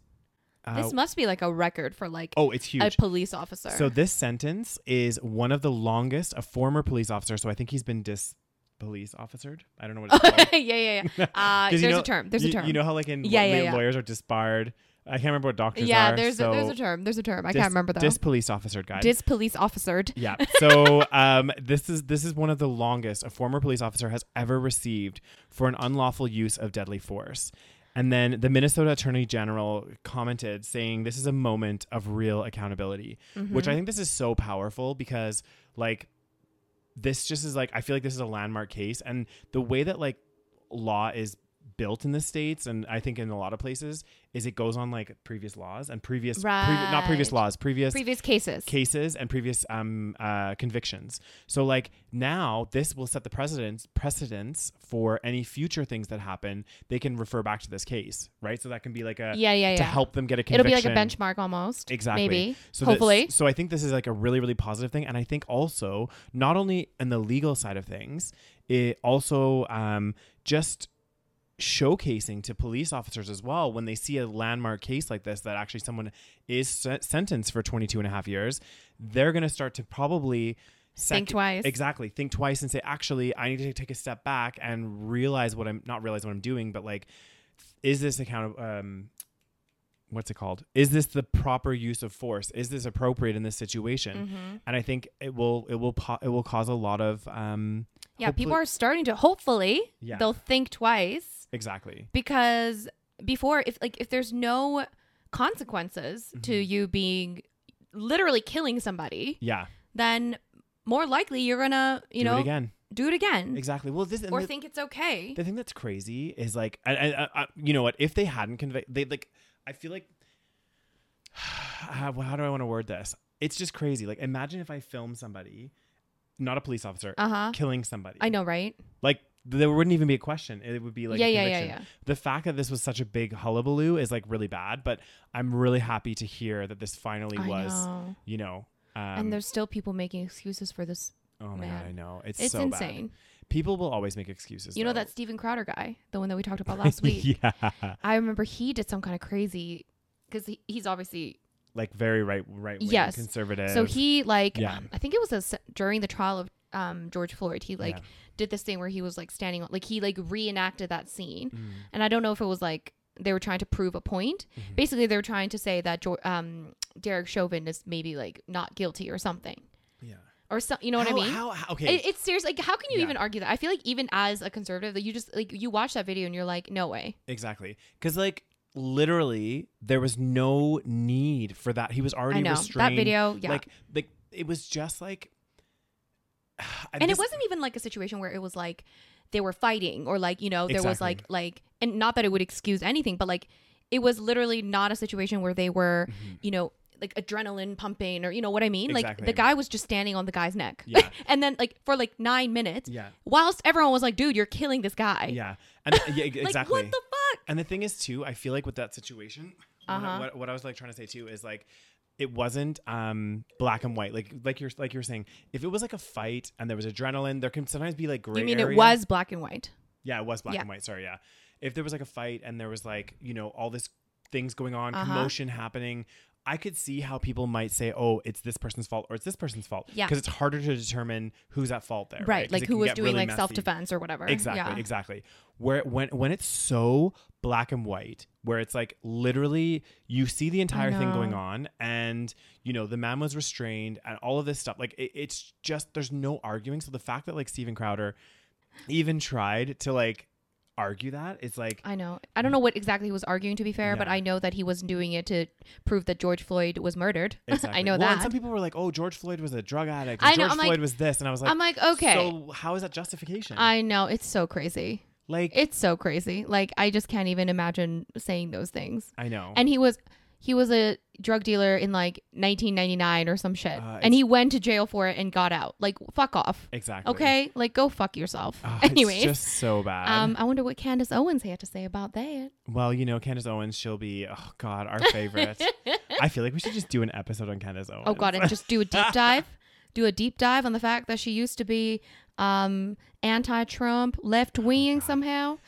uh,
this must be like a record for like
oh, it's
a
huge.
police officer.
So this sentence is one of the longest a former police officer. So I think he's been dis police officered. I don't know what it's called.
yeah, yeah, yeah. Uh,
'Cause
there's
you know-
a term. There's
you,
a term.
You know how like in
Yeah, yeah,
la-
yeah.
lawyers are disbarred. I can't remember what doctors are.
yeah, there's
so
a, there's a term. There's a term. I
dis-
can't remember though.
Dis
Dis,
police officered guys.
police officered.
yeah. So um, this is this is one of the longest a former police officer has ever received for an unlawful use of deadly force. And then the Minnesota Attorney General commented saying this is a moment of real accountability, Mm-hmm. which
Mm-hmm.
I think this is so powerful because like this just is like I feel like this is a landmark case and the way that like law is built in the states and I think in a lot of places is it goes on like previous laws and previous previ- not previous
Right.
laws previous
Previous cases.
cases and previous um, uh, convictions. So like now this will set the precedence precedence for any future things that happen. They can refer back to this case, right? So that can be like a
yeah, yeah, yeah.
uh, to help them get a
It'll
conviction.
be like a benchmark almost.
Exactly.
Maybe.
So this-
Hopefully.
so I think this is like a really, really positive thing, and I think also not only in the legal side of things, it also um, just showcasing to police officers as well when they see a landmark case like this that actually someone is sen- sentenced for 22 and a half years they're going to start to probably
Think twice.
exactly think twice and say actually i need to take a step back and realize what i'm not realize what i'm doing but like is this account um what's it called is this the proper use of force is this appropriate in this
Mm-hmm.
situation and i think it will it will po- it will cause a lot of um
yeah, people
hopefully-
are starting to. Hopefully,
Yeah.
they'll think twice
exactly
because before, if like if there's no consequences to
Mm-hmm.
you being literally killing somebody,
yeah
then more likely you're gonna you
do
know
it again
do it again
exactly well this and
or
the-
think it's okay.
The thing that's crazy is like, I, I, I, you know what? If they hadn't conveyed, they like, I feel like, how, how do I want to word this? It's just crazy. Like, imagine if I film somebody, not a police officer,
Uh huh.
killing somebody.
I know, right?
Like, there wouldn't even be a question. It would be like,
Yeah,
a
yeah, yeah,
conviction.
yeah.
The fact that this was such a big hullabaloo is like really bad. But I'm really happy to hear that this finally
I
was,
know.
you know. Um,
and there's still people making excuses for this.
oh my
man.
god, I know it's,
It's
so bad.
insane.
People will always make excuses.
You know
though.
that Steven Crowder guy, the one that we talked about last week.
yeah,
I remember he did some kind of crazy because he, he's obviously
like very right, right wing,
Yes.
conservative.
so he like
Yeah.
um, I think it was a, s- during the trial of um, George Floyd he like
Yeah.
did this thing where he was like standing on like he like reenacted that scene
Mm,
and I don't know if it was like they were trying to prove a point.
Mm-hmm.
Basically, they were trying to say that Geor um, Derek Chauvin is maybe like not guilty or something
yeah.
or so, you know
how,
what I mean.
How, how, okay.
it, it's serious. Like, how can you
Yeah.
even argue that? I feel like even as a conservative, like, you just like you watch that video and you're like, no way.
exactly. Because like literally, there was no need for that. He was already
I know
restrained.
that video. Yeah,
Like like it was just like.
and it wasn't even like a situation where it was like they were fighting or like you know there was like
Exactly.
like and not that it would excuse anything, but like it was literally not a situation where they were
Mm-hmm.
you know like adrenaline pumping or you know what I mean. Like
Exactly.
the guy was just standing on the guy's neck,
Yeah.
and then like for like nine minutes,
Yeah.
whilst everyone was like, dude, you're killing this guy.
Yeah. And yeah, e,
Like
exactly.
what the fuck?
And the thing is, too, I feel like with that situation, what,
Uh-huh.
I, what, what I was like trying to say too is like, it wasn't um, black and white. Like like you're like you're saying, if it was like a fight and there was adrenaline, there can sometimes be like gray.
You mean it
area.
was black and white?
Yeah, it was black
Yeah.
and white. Sorry, yeah. If there was like a fight and there was like you know all this things going on,
Uh-huh.
commotion happening. I could see how people might say, "Oh, it's this person's fault or it's this person's fault,"
Yeah.
because it's harder to determine who's at fault there,
right
'Cause
like
it
who
can
was
get
doing
really
like
messy.
self-defense or whatever
Exactly,
yeah.
exactly. Where when when it's so black and white, where it's like literally you see the entire thing
know.
going on, and you know the man was restrained and all of this stuff. Like it, it's just there's no arguing. So the fact that like Steven Crowder even tried to like argue that, it's like
i know i don't know what exactly he was arguing to be fair but
Yeah.
i know that he wasn't doing it to prove that george floyd was murdered i
exactly.
know
Well,
that
And some people were like, "Oh, George Floyd was a drug addict.
I
I
know,
George
I'm like-
Floyd was this," and I was like,
i'm like okay
So how is that justification?
i know it's so crazy
like
it's so crazy like i just can't even imagine saying those things
I know.
and he was he was a drug dealer in like 1999 or some shit
Uh,
and
it's-
he went to jail for it and got out like fuck off
exactly.
okay like go fuck yourself
Oh,
anyway
it's just so bad.
um i wonder what candace owens had to say about that
Well, you know, Candace Owens, she'll be, oh God, our favorite. I feel like we should just do an episode on Candace Owens.
Oh god, and just do a deep dive. Do a deep dive on the fact that she used to be um, anti-Trump, left-wing somehow,
Oh,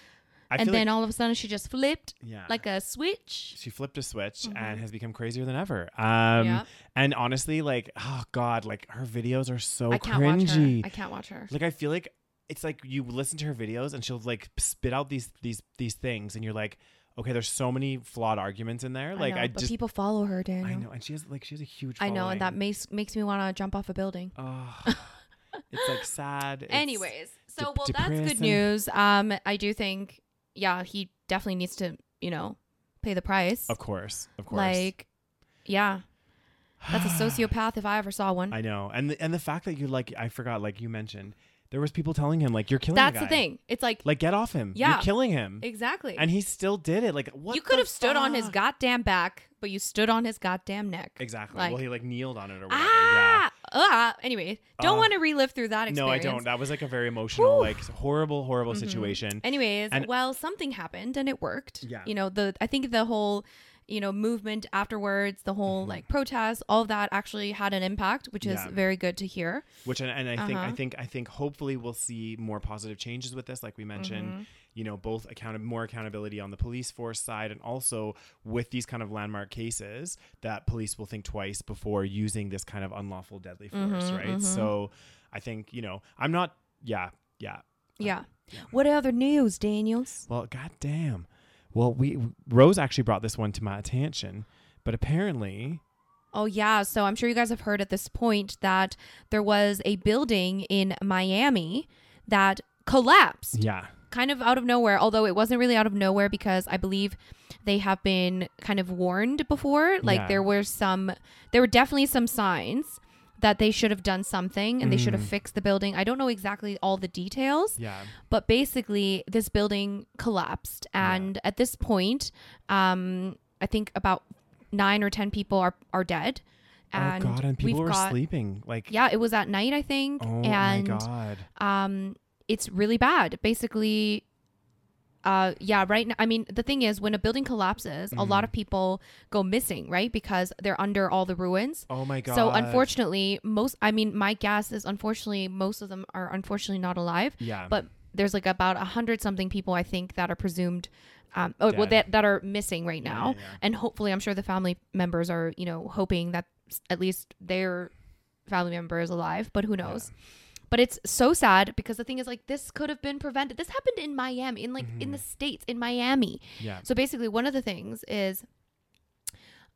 I
and
feel
then
like
all of a sudden she just flipped
Yeah.
like a switch.
she flipped a switch and has become crazier than ever. Um,
Yeah.
And honestly, like, oh God, like her videos are so
I can't watch her.
cringy.
I can't watch her.
Like, I feel like it's like you listen to her videos and she'll like spit out these these these things and you're like okay there's so many flawed arguments in there like
I know,
i,
but
just
people follow her, Daniel.
i know and she has like she has a huge
I know,
following.
and that makes makes me want to jump off a building.
Ugh. it's like sad it's-
Anyways, so
dep-
well, that's good
depressing.
news. Um, I do think, yeah, he definitely needs to, you know, pay the price.
of course of course
Like, yeah, that's a sociopath if I ever saw one.
i know and the, and the fact that you like i forgot like you mentioned there was people telling him like you're killing
that's
the,
the
guy.
thing. It's like,
like get off him
Yeah.
you're killing him
exactly.
and he still did it like what
you could
the
have stood on his
fuck?
goddamn back, but you stood on his goddamn neck.
exactly
Like-
well he like kneeled on it or whatever yeah
Ah, ah. Anyway, don't
Uh,
want to relive through that
No, I
experience. Mm-hmm.
don't. That was like a very emotional, like horrible, horrible situation.
Anyways,
And-
well, something happened and it worked.
Yeah.
You know, the I think the whole, you know, movement afterwards, the whole like protest, all of that actually had an impact, which is
Mm-hmm. Yeah. Uh,
very good to hear.
Which and, and I think I
Uh-huh.
think I think hopefully we'll see more positive changes with this, like we mentioned.
Mm-hmm.
You know, both account more accountability on the police force side, and also with these kind of landmark cases, that police will think twice before using this kind of unlawful deadly force,
Mm-hmm,
right? So, I think you know, I'm not. Yeah, yeah.
Yeah. What other news, Daniels?
Well, goddamn. Well, we Rose actually brought this one to my attention, but apparently,
Oh yeah, so I'm sure you guys have heard at this point that there was a building in Miami that collapsed.
yeah,
kind of out of nowhere, although it wasn't really out of nowhere because I believe they have been kind of warned before. Like
Yeah.
there were some, there were definitely some signs that they should have done something and they should have fixed the building. I don't know exactly all the details,
Mm. yeah.
but basically this building collapsed. And at this point, um, I think about nine or 10 people are, are dead. And
oh God, and people
we've
were
got,
sleeping. Like,
yeah, it was at night, I think.
Oh
and
my god.
um, it's really bad. Basically, uh, yeah, right now. I mean, the thing is, when a building collapses, a
Mm-hmm.
lot of people go missing, right? Because they're under all the ruins.
Oh my god.
So unfortunately, most. I mean, my guess is unfortunately most of them are unfortunately not alive.
Yeah.
But there's like about a hundred something people I think that are presumed. Um, oh, well,
Dead.
that, that are missing right now,
yeah, yeah.
and hopefully, I'm sure the family members are, you know, hoping that s- at least their family member is alive. But who knows? But it's so sad because the thing is like this could have been prevented. This happened in Miami, in like in the
Mm-hmm.
states, in Miami.
Yeah.
So basically, one of the things is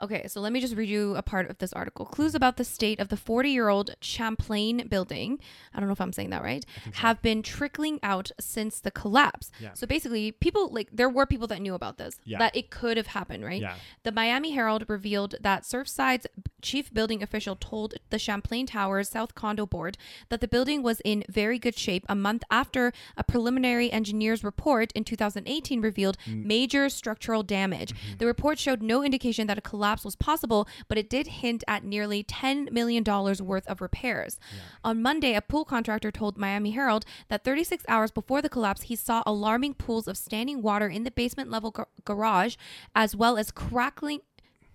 okay, so let me just read you a part of this article. Clues about the state of the 40 year old Champlain building, I don't know if I'm saying that right, have been trickling out since the collapse.
Yeah.
So basically, people like there were people that knew about this,
Yeah.
that it could have happened, right?
Yeah.
The Miami Herald revealed that Surfside's chief building official told the Champlain Towers South Condo Board that the building was in very good shape a month after a preliminary engineer's report in 2018 revealed major structural damage. The report showed no indication that a collapse was possible, but it did hint at nearly $10 million worth of repairs. On Monday, a pool contractor told Miami Herald that 36 hours before the collapse, he saw alarming pools of standing water in the basement level gar- garage, as well as crackling,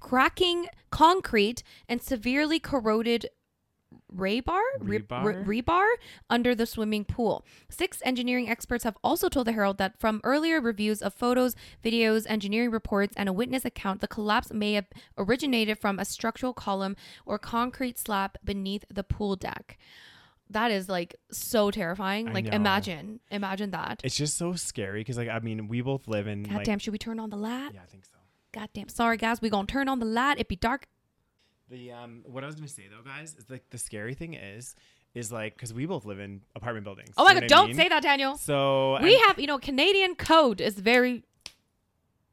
cracking concrete and severely corroded rebar Re-
Rebar?
re- rebar under the swimming pool. Six engineering experts have also told the Herald that from earlier reviews of photos, videos, engineering reports, and a witness account, the collapse may have originated from a structural column or concrete slab beneath the pool deck. That is like so terrifying.
I
like
know.
imagine, imagine that.
it's just so scary because, like, I mean, we both live in.
God
like,
damn, should we turn on the light?
Yeah, I think so.
God damn, sorry guys, we gonna turn on the light. It be dark.
The um, what I was gonna say though, guys, is like the scary thing is, is like because we both live in apartment buildings.
Oh
you know
my
what
god,
I
don't
mean?
say that, Daniel.
So
We
I'm-
have, you know, Canadian code is very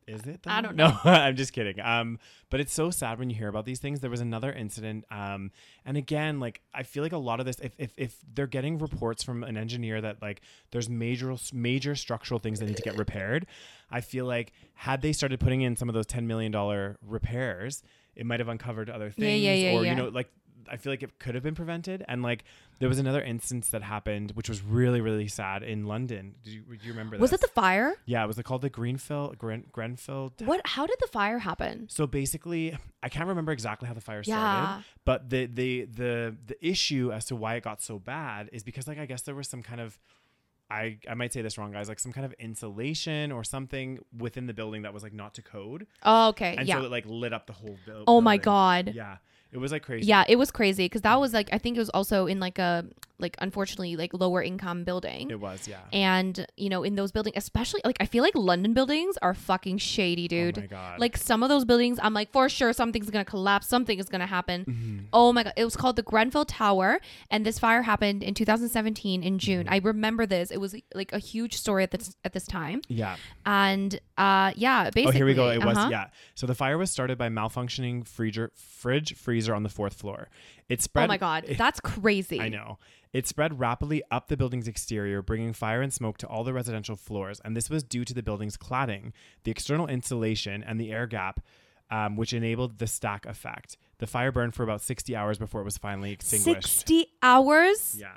Is it?
I
though?
don't
No, I'm just kidding. Um, but it's so sad when you hear about these things. There was another incident. Um, and again, like I feel like a lot of this, if if, if they're getting reports from an engineer that like there's major major structural things that need to get repaired, I feel like had they started putting in some of those ten million dollar repairs, it might have uncovered other
Yeah,
things,
yeah, yeah,
or
yeah.
you know, like. I feel like it could have been prevented, and like there was another instance that happened, which was really, really sad in London. Do you, do you remember?
Was
this?
it the fire?
Yeah, it was called the Greenfield Gren, Grenfell
What? How did the fire happen?
so basically, I can't remember exactly how the fire
Yeah.
started, but the the the the issue as to why it got so bad is because like I guess there was some kind of I, I might say this wrong, guys. Like some kind of insulation or something within the building that was like not to code,
Oh, okay.
and
yeah.
so it like lit up the whole buil- building.
oh my god.
Yeah, It was like crazy.
Yeah, it was crazy because that was like I think it was also in like a like unfortunately like lower income building.
It was, yeah.
and you know, in those buildings, especially like I feel like London buildings are fucking shady, dude.
Oh my God.
Like some of those buildings, I'm like for sure something's gonna collapse, something is gonna happen.
Mm-hmm.
Oh my god, it was called the Grenfell Tower, and this fire happened in 2017 in June.
Mm-hmm.
I remember this. It was like a huge story at this at this time,
yeah.
and uh, yeah, basically.
Oh, here we go. It
uh-huh.
was yeah. So the fire was started by malfunctioning freezer, fridge freezer on the fourth floor. It spread.
Oh my god,
it-
that's crazy.
I know. It spread rapidly up the building's exterior, bringing fire and smoke to all the residential floors, and this was due to the building's cladding, the external insulation, and the air gap, um, which enabled the stack effect. The fire burned for about sixty hours before it was finally extinguished.
60 hours?
Yeah.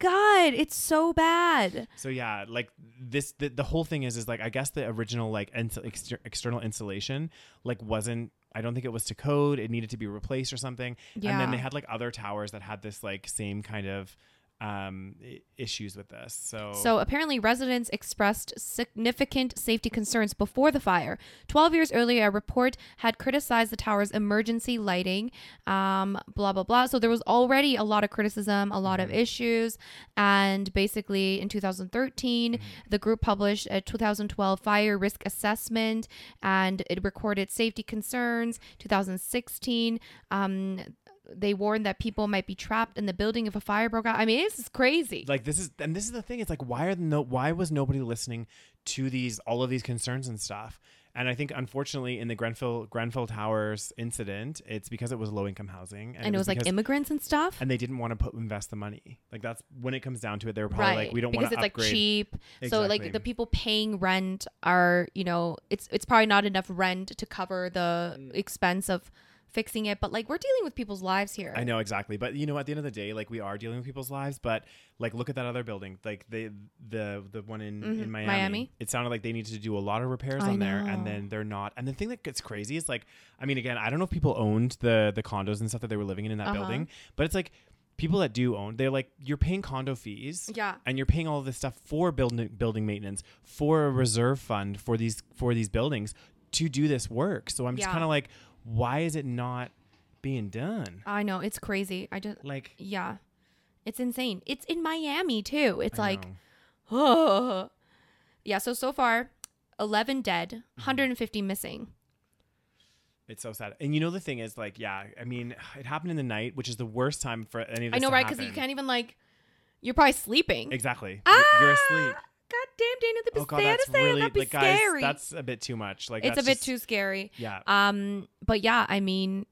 God, it's so bad.
So yeah, like this, the, the whole thing is is like I guess the original like insul- exter- external insulation like wasn't. I don't think it was to code. It needed to be replaced or something. And then
Yeah.
they had like other towers that had this like same kind of um i- issues with this. So
So apparently, residents expressed significant safety concerns before the fire. Twelve years earlier, a report had criticized the tower's emergency lighting, um, blah blah blah. So there was already a lot of criticism, a lot of issues, and basically in 2013, the group published a 2012 fire risk assessment, and it recorded safety concerns. 2016. Um, they warned that people might be trapped in the building if a fire broke out. I mean, this is crazy.
like this is and this is the thing. It's like why are no why was nobody listening to these all of these concerns and stuff. And I think, unfortunately, in the Grenfell Grenfell Towers incident, it's because it was low income housing,
and it was like
because-
immigrants and stuff.
and they didn't want to put invest the money. Like that's when it comes down to it, they were probably like, we don't
because
want to
it's like
upgrade.
cheap. So
Exactly.
like the people paying rent are, you know, it's it's probably not enough rent to cover the
Mm.
expense of fixing it. But like we're dealing with people's lives here.
I know exactly, but you know, at the end of the day, like we are dealing with people's lives. But like, look at that other building, like the the the one in in Miami.
Mm-hmm. Miami.
It sounded like they needed to do a lot of repairs
I
on there, and
know.
then they're not. And the thing that gets crazy is like, I mean, again, I don't know if people owned the the condos and stuff that they were living in in that
Uh-huh.
building, but it's like people that do own, they're like, you're paying condo fees,
Yeah.
and you're paying all of this stuff for building building maintenance, for a reserve fund for these for these buildings to do this work. So I'm just
Yeah.
kind of like, why is it not being done?
I know it's crazy. I just
Like
yeah, it's insane. It's in Miami too. It's like
know.
oh. yeah. So so far, eleven dead,
Mm-hmm.
150 missing.
It's so sad. And you know the thing is like, yeah, I mean, it happened in the night, which is the worst time for any of this
I know,
to
right? Because you
happen.
can't even like. You're probably sleeping.
Exactly. You're-
Ah!
You're asleep.
God damn, Daniel, the
Oh god, that's
Bethesda,
really
that'd be
like guys,
scary.
that's a bit too much. Like
it's a
that's
bit
just-
too scary.
Yeah.
Um, but yeah, I mean,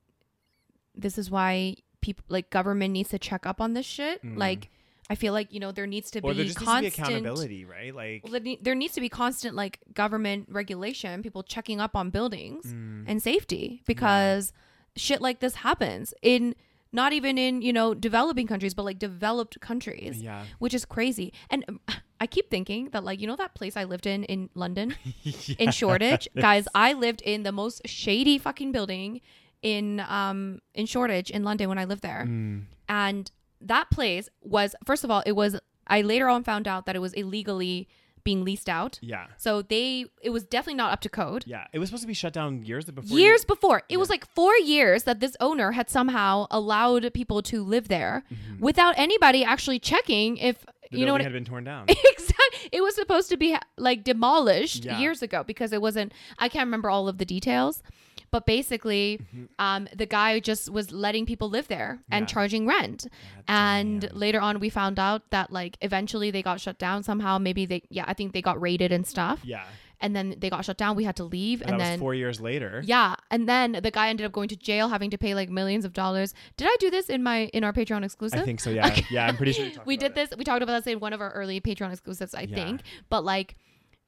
this is why people like government needs to check up on this shit. Like, I feel like you know there needs to
Or
be
Mm-hmm. there just
constant
needs to be accountability, right? Like
Well, there ne- There needs to be constant like government regulation, people checking up on buildings
Mm.
and safety because shit like this happens in not even in you know developing countries, but like developed countries
Yeah.
which is crazy. And um, I keep thinking that, like, you know, that place I lived in in London, in Shoreditch, guys. I lived in the most shady fucking building in um in Shoreditch in London when I lived there,
Mm.
and that place was first of all, it was. I later on found out that it was illegally being leased out.
Yeah.
So they, it was definitely not up to code.
Yeah. It was supposed to be shut down years before you-
Years before, it was like four years that this owner had somehow allowed people to live there
Mm-hmm.
without anybody actually checking if
the
you know
building had
what
been torn down.
exactly. It was supposed to be like demolished
Yeah.
years ago because it wasn't. I can't remember all of the details, but basically, um, the guy just was letting people live there and
Mm-hmm. Yeah.
charging rent. and later on, we found out that like eventually they got shut down somehow. Maybe they, yeah, I think they got raided and stuff.
yeah.
And then they got shut down. We had to leave,
And that
and
was
then.
four years later.
yeah, and then the guy ended up going to jail, having to pay like millions of dollars. Did I do this in my in our Patreon exclusive?
I think so, yeah. Yeah, I'm pretty sure you talked
we
about
did this. We talked about this in one of our early Patreon exclusives, I
Yeah.
think. But like,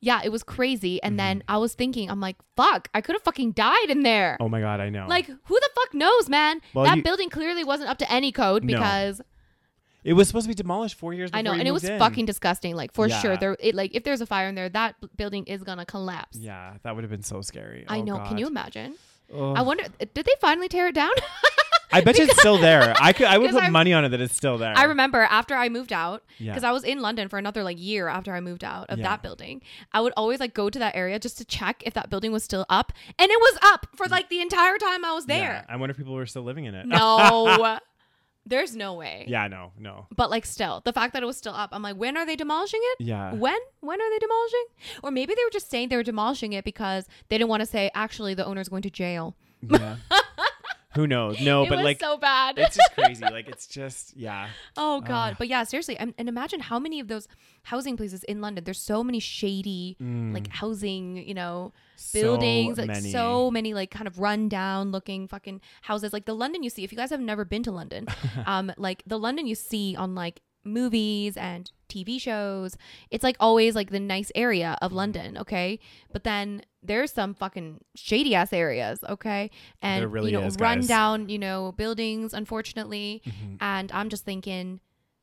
yeah, it was crazy. And then I was thinking, I'm like, fuck, I could have fucking died in there.
it. Mm-hmm. Oh my god, I know.
Like, who the fuck knows, man?
Well,
that
you-
building clearly wasn't up to any code
No.
because
it was supposed to be demolished four years before
I know,
you
and it
moved
was
in.
fucking disgusting. Like for
Yeah.
sure, there, it like if there's a fire in there, that b- building is gonna collapse.
Yeah, that would have been so scary.
I
Oh,
know. Can you
God.
imagine?
Ugh.
I wonder, did they finally tear it down?
I bet you it's still there. I could. I would
'Cause
put
I-
money on it that it's still there.
I remember after I moved out,
Yeah.
because I was in London for another like year after I moved out of
Yeah.
that building. I would always like go to that area just to check if that building was still up, and it was up for like the entire time I was
Yeah.
there.
I wonder if people were still living in it.
No, there's no way.
yeah. No. No.
But like still, the fact that it was still up, I'm like, when are they demolishing it?
Yeah.
When? When are they demolishing? Or maybe they were just saying they were demolishing it because they didn't want to say actually the owner's going to jail.
Yeah. Who knows? No.
it
but
was
like,
so bad.
it's just crazy. Like, it's just yeah.
Oh God! but yeah, seriously, and, and imagine how many of those housing places in London. There's so many shady, like housing, you know,
Mm, Hmm. So
buildings, like
many.
so many like kind of run down looking fucking houses. Like the London you see, if you guys have never been to London, um, like the London you see on like movies and TV shows, it's like always like the nice area
Hmm.
of London, okay? But then there's some fucking shady ass areas, okay? And
There really
you know,
is,
run
guys.
down, you know, buildings, unfortunately.
Mm-hmm.
And I'm just thinking,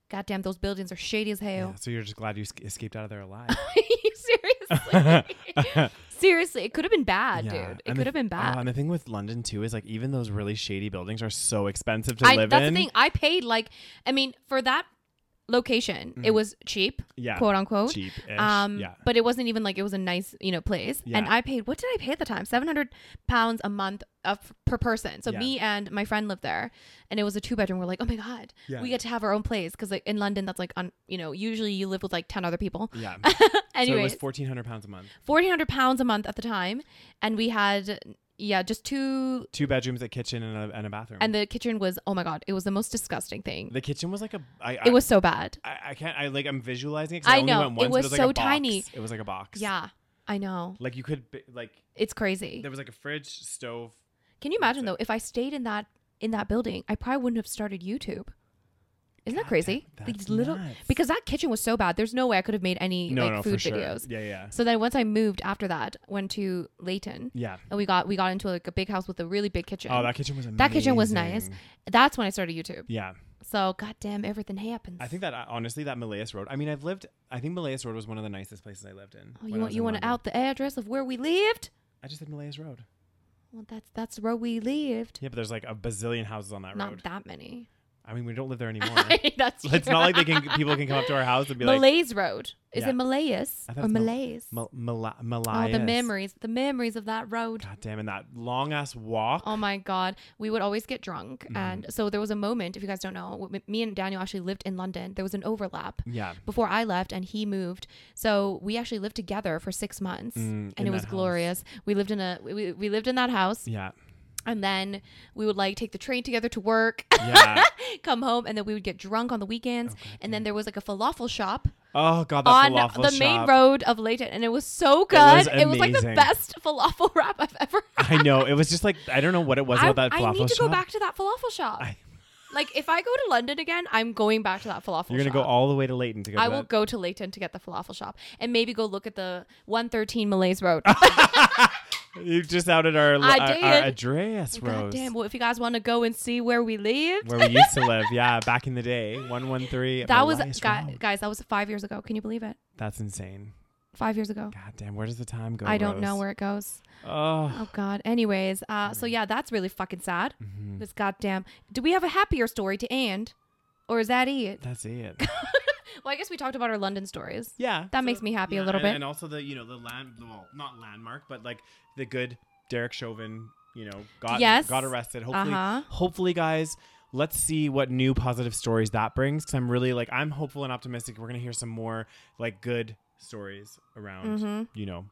goddamn, those buildings are shady as
Yeah,
hell.
so you're just glad you sca- escaped out of there alive.
Seriously. Seriously, it could have been bad,
Yeah.
dude. It
And
could
the-
have been bad.
Oh, and the thing with London too is like even those really shady buildings are so expensive to
I,
live
that's
in.
the thing. I paid like, I mean, for that location, it was cheap,
Mm-hmm. Yeah.
quote unquote.
Cheap.
Um,
yeah.
but it wasn't even like it was a nice, you know, place. And
Yeah.
I paid what did I pay at the time? Seven hundred pounds a month of, per person. So
Yeah.
me and my friend lived there, and it was a two bedroom. We're like, oh my god,
Yeah.
we get to have our own place because like in London, that's like on, you know, usually you live with like ten other people.
yeah. so it
Anyways,
was fourteen hundred pounds a month.
fourteen hundred pounds a month at the time, and we had yeah, just two,
Two bedrooms, a kitchen, and a, and a bathroom.
and the kitchen was oh my god, it was the most disgusting thing.
the kitchen was like a. I, I,
it was so bad.
I, I can't. I like. I'm visualizing it. 'cause I,
I
only
know.
Went
It
once, but
was
it was like a
so
box.
tiny.
It was like a box.
Yeah, I know.
Like you could bi- like
It's crazy.
there was like a fridge, stove.
Can you
That's
imagine
it.
though? If I stayed in that in that building, I probably wouldn't have started YouTube. Isn't that
God
crazy?
damn,
Like,
that's
little
nuts.
because that kitchen was so bad. There's no way I could have made any
No,
like
no,
food
for
videos.
sure. Yeah, yeah,
So then once I moved after that, went to Layton,
yeah.
and we got we got into like a big house with a really big kitchen.
Oh, that kitchen was amazing.
That kitchen was nice. That's when I started YouTube.
Yeah.
So goddamn, everything happens.
I think that uh, honestly, that Malayas Road. I mean, I've lived. I think Malayas Road was one of the nicest places I lived in.
Oh,
when
you
I
want
was
you
in
want to
London.
out the address of where we lived?
I just said Malayas Road.
Well, that's that's where we lived.
Yeah, but there's like a bazillion houses on that
Not
road.
that many.
I mean, we don't live there anymore.
that's
it's
true.
not like they can people can come up to our house and be like
Malays Road. Is
Yeah.
it Malayas
I thought
or
it's Mal-
Malays?
Mal- Mala-
oh,
Malayas.
the memories, the memories of that road.
God damn, and that long ass walk.
Oh my God. We would always get drunk.
Mm-hmm.
And so there was a moment, if you guys don't know, w- m- me and Daniel actually lived in London. There was an overlap
yeah.
before I left and he moved. So we actually lived together for six months
Mm, in
and it was
that house.
glorious. We lived in a, we, we lived in that house
Yeah.
and then we would like take the train together to work,
Yeah.
come home and then we would get drunk on the weekends. and then there was like a falafel shop
oh god, that
on
falafel
the
shop.
main road of Leighton, and it was so good.
was
it was like the
amazing.
best falafel wrap I've ever. Had.
I know. It was just like I don't know what it was
I,
about that falafel
I need to
shop.
go back to that falafel shop.
I-
like if I go to London again, I'm going back to that falafel.
You're gonna
shop.
go all the way to Leighton to go.
I
to
will
that-
go to Leighton to get the falafel shop and maybe go look at the 113 Malays Road.
You just outed our
I
our,
did.
our address, Rose,
Goddamn! Well, if you guys want to go and see where we lived,
where we used to live. Yeah, back in the day, one one three.
that was
Malayas
guy,
Road.
guys. That was five years ago. Can you believe it?
That's insane.
Five years ago.
God damn, where does the time go?
I don't know
Rose?
where it goes.
Oh,
Oh God. Anyways, uh, so yeah, that's really fucking sad.
Mm. Mm-hmm.
This goddamn. Do we have a happier story to end, or is that it?
that's it.
Well, I guess we talked about our London stories.
Yeah,
That makes me happy a
Yeah,
little
and,
bit.
And also the you know the land well not landmark but like the good Derek Chauvin you know got
Yes.
got arrested. Hopefully,
Uh-huh.
hopefully guys. Let's see what new positive stories that brings because I'm really like I'm hopeful and optimistic. We're gonna hear some more like good stories around
Mm-hmm.
you know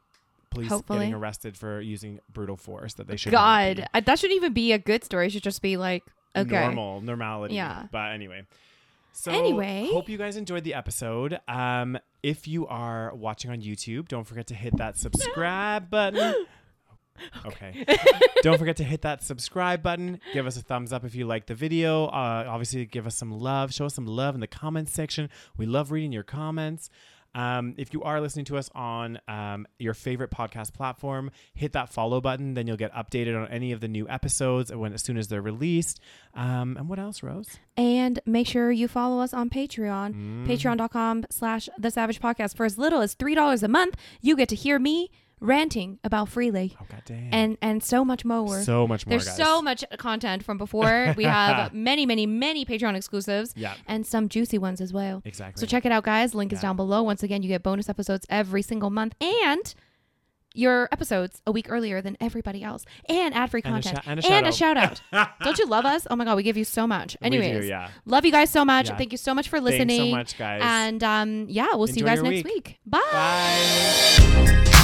police
Hopefully.
getting arrested for using brutal force that they should
God, I, that shouldn't even be a good story. It should just be like okay.
normal normality.
Yeah.
But anyway. So
Anyway.
hope you guys enjoyed the episode. Um, if you are watching on YouTube, don't forget to hit that subscribe button. Okay. don't forget to hit that subscribe button. Give us a thumbs up if you like the video. Uh, obviously, give us some love. Show us some love in the comments section. We love reading your comments. Um, if you are listening to us on um, your favorite podcast platform, hit that follow button. Then you'll get updated on any of the new episodes when as soon as they're released. Um, and what else, Rose?
And make sure you follow us on Patreon,
Mm.
patreon.com slash the savage podcast. For as little as $3 a month, you get to hear me ranting about Freely
Oh god damn.
and and so much more.
so much more.
There's
guys.
so much content from before. We have many, many, many Patreon exclusives
Yeah.
and some juicy ones as well.
Exactly.
So check it out, guys. Link is
Yeah.
down below. Once again, you get bonus episodes every single month and your episodes a week earlier than everybody else and ad free
And a
content
shou- and a shout out.
shout out. Don't you love us? Oh my God, we give you so much.
We do,
Anyways,
yeah.
love you guys so much.
Yeah.
Thank you so much for
Thanks so
listening.
much, guys.
And um, yeah, we'll see you
Enjoy your
guys next
week.
week. Bye.
Bye.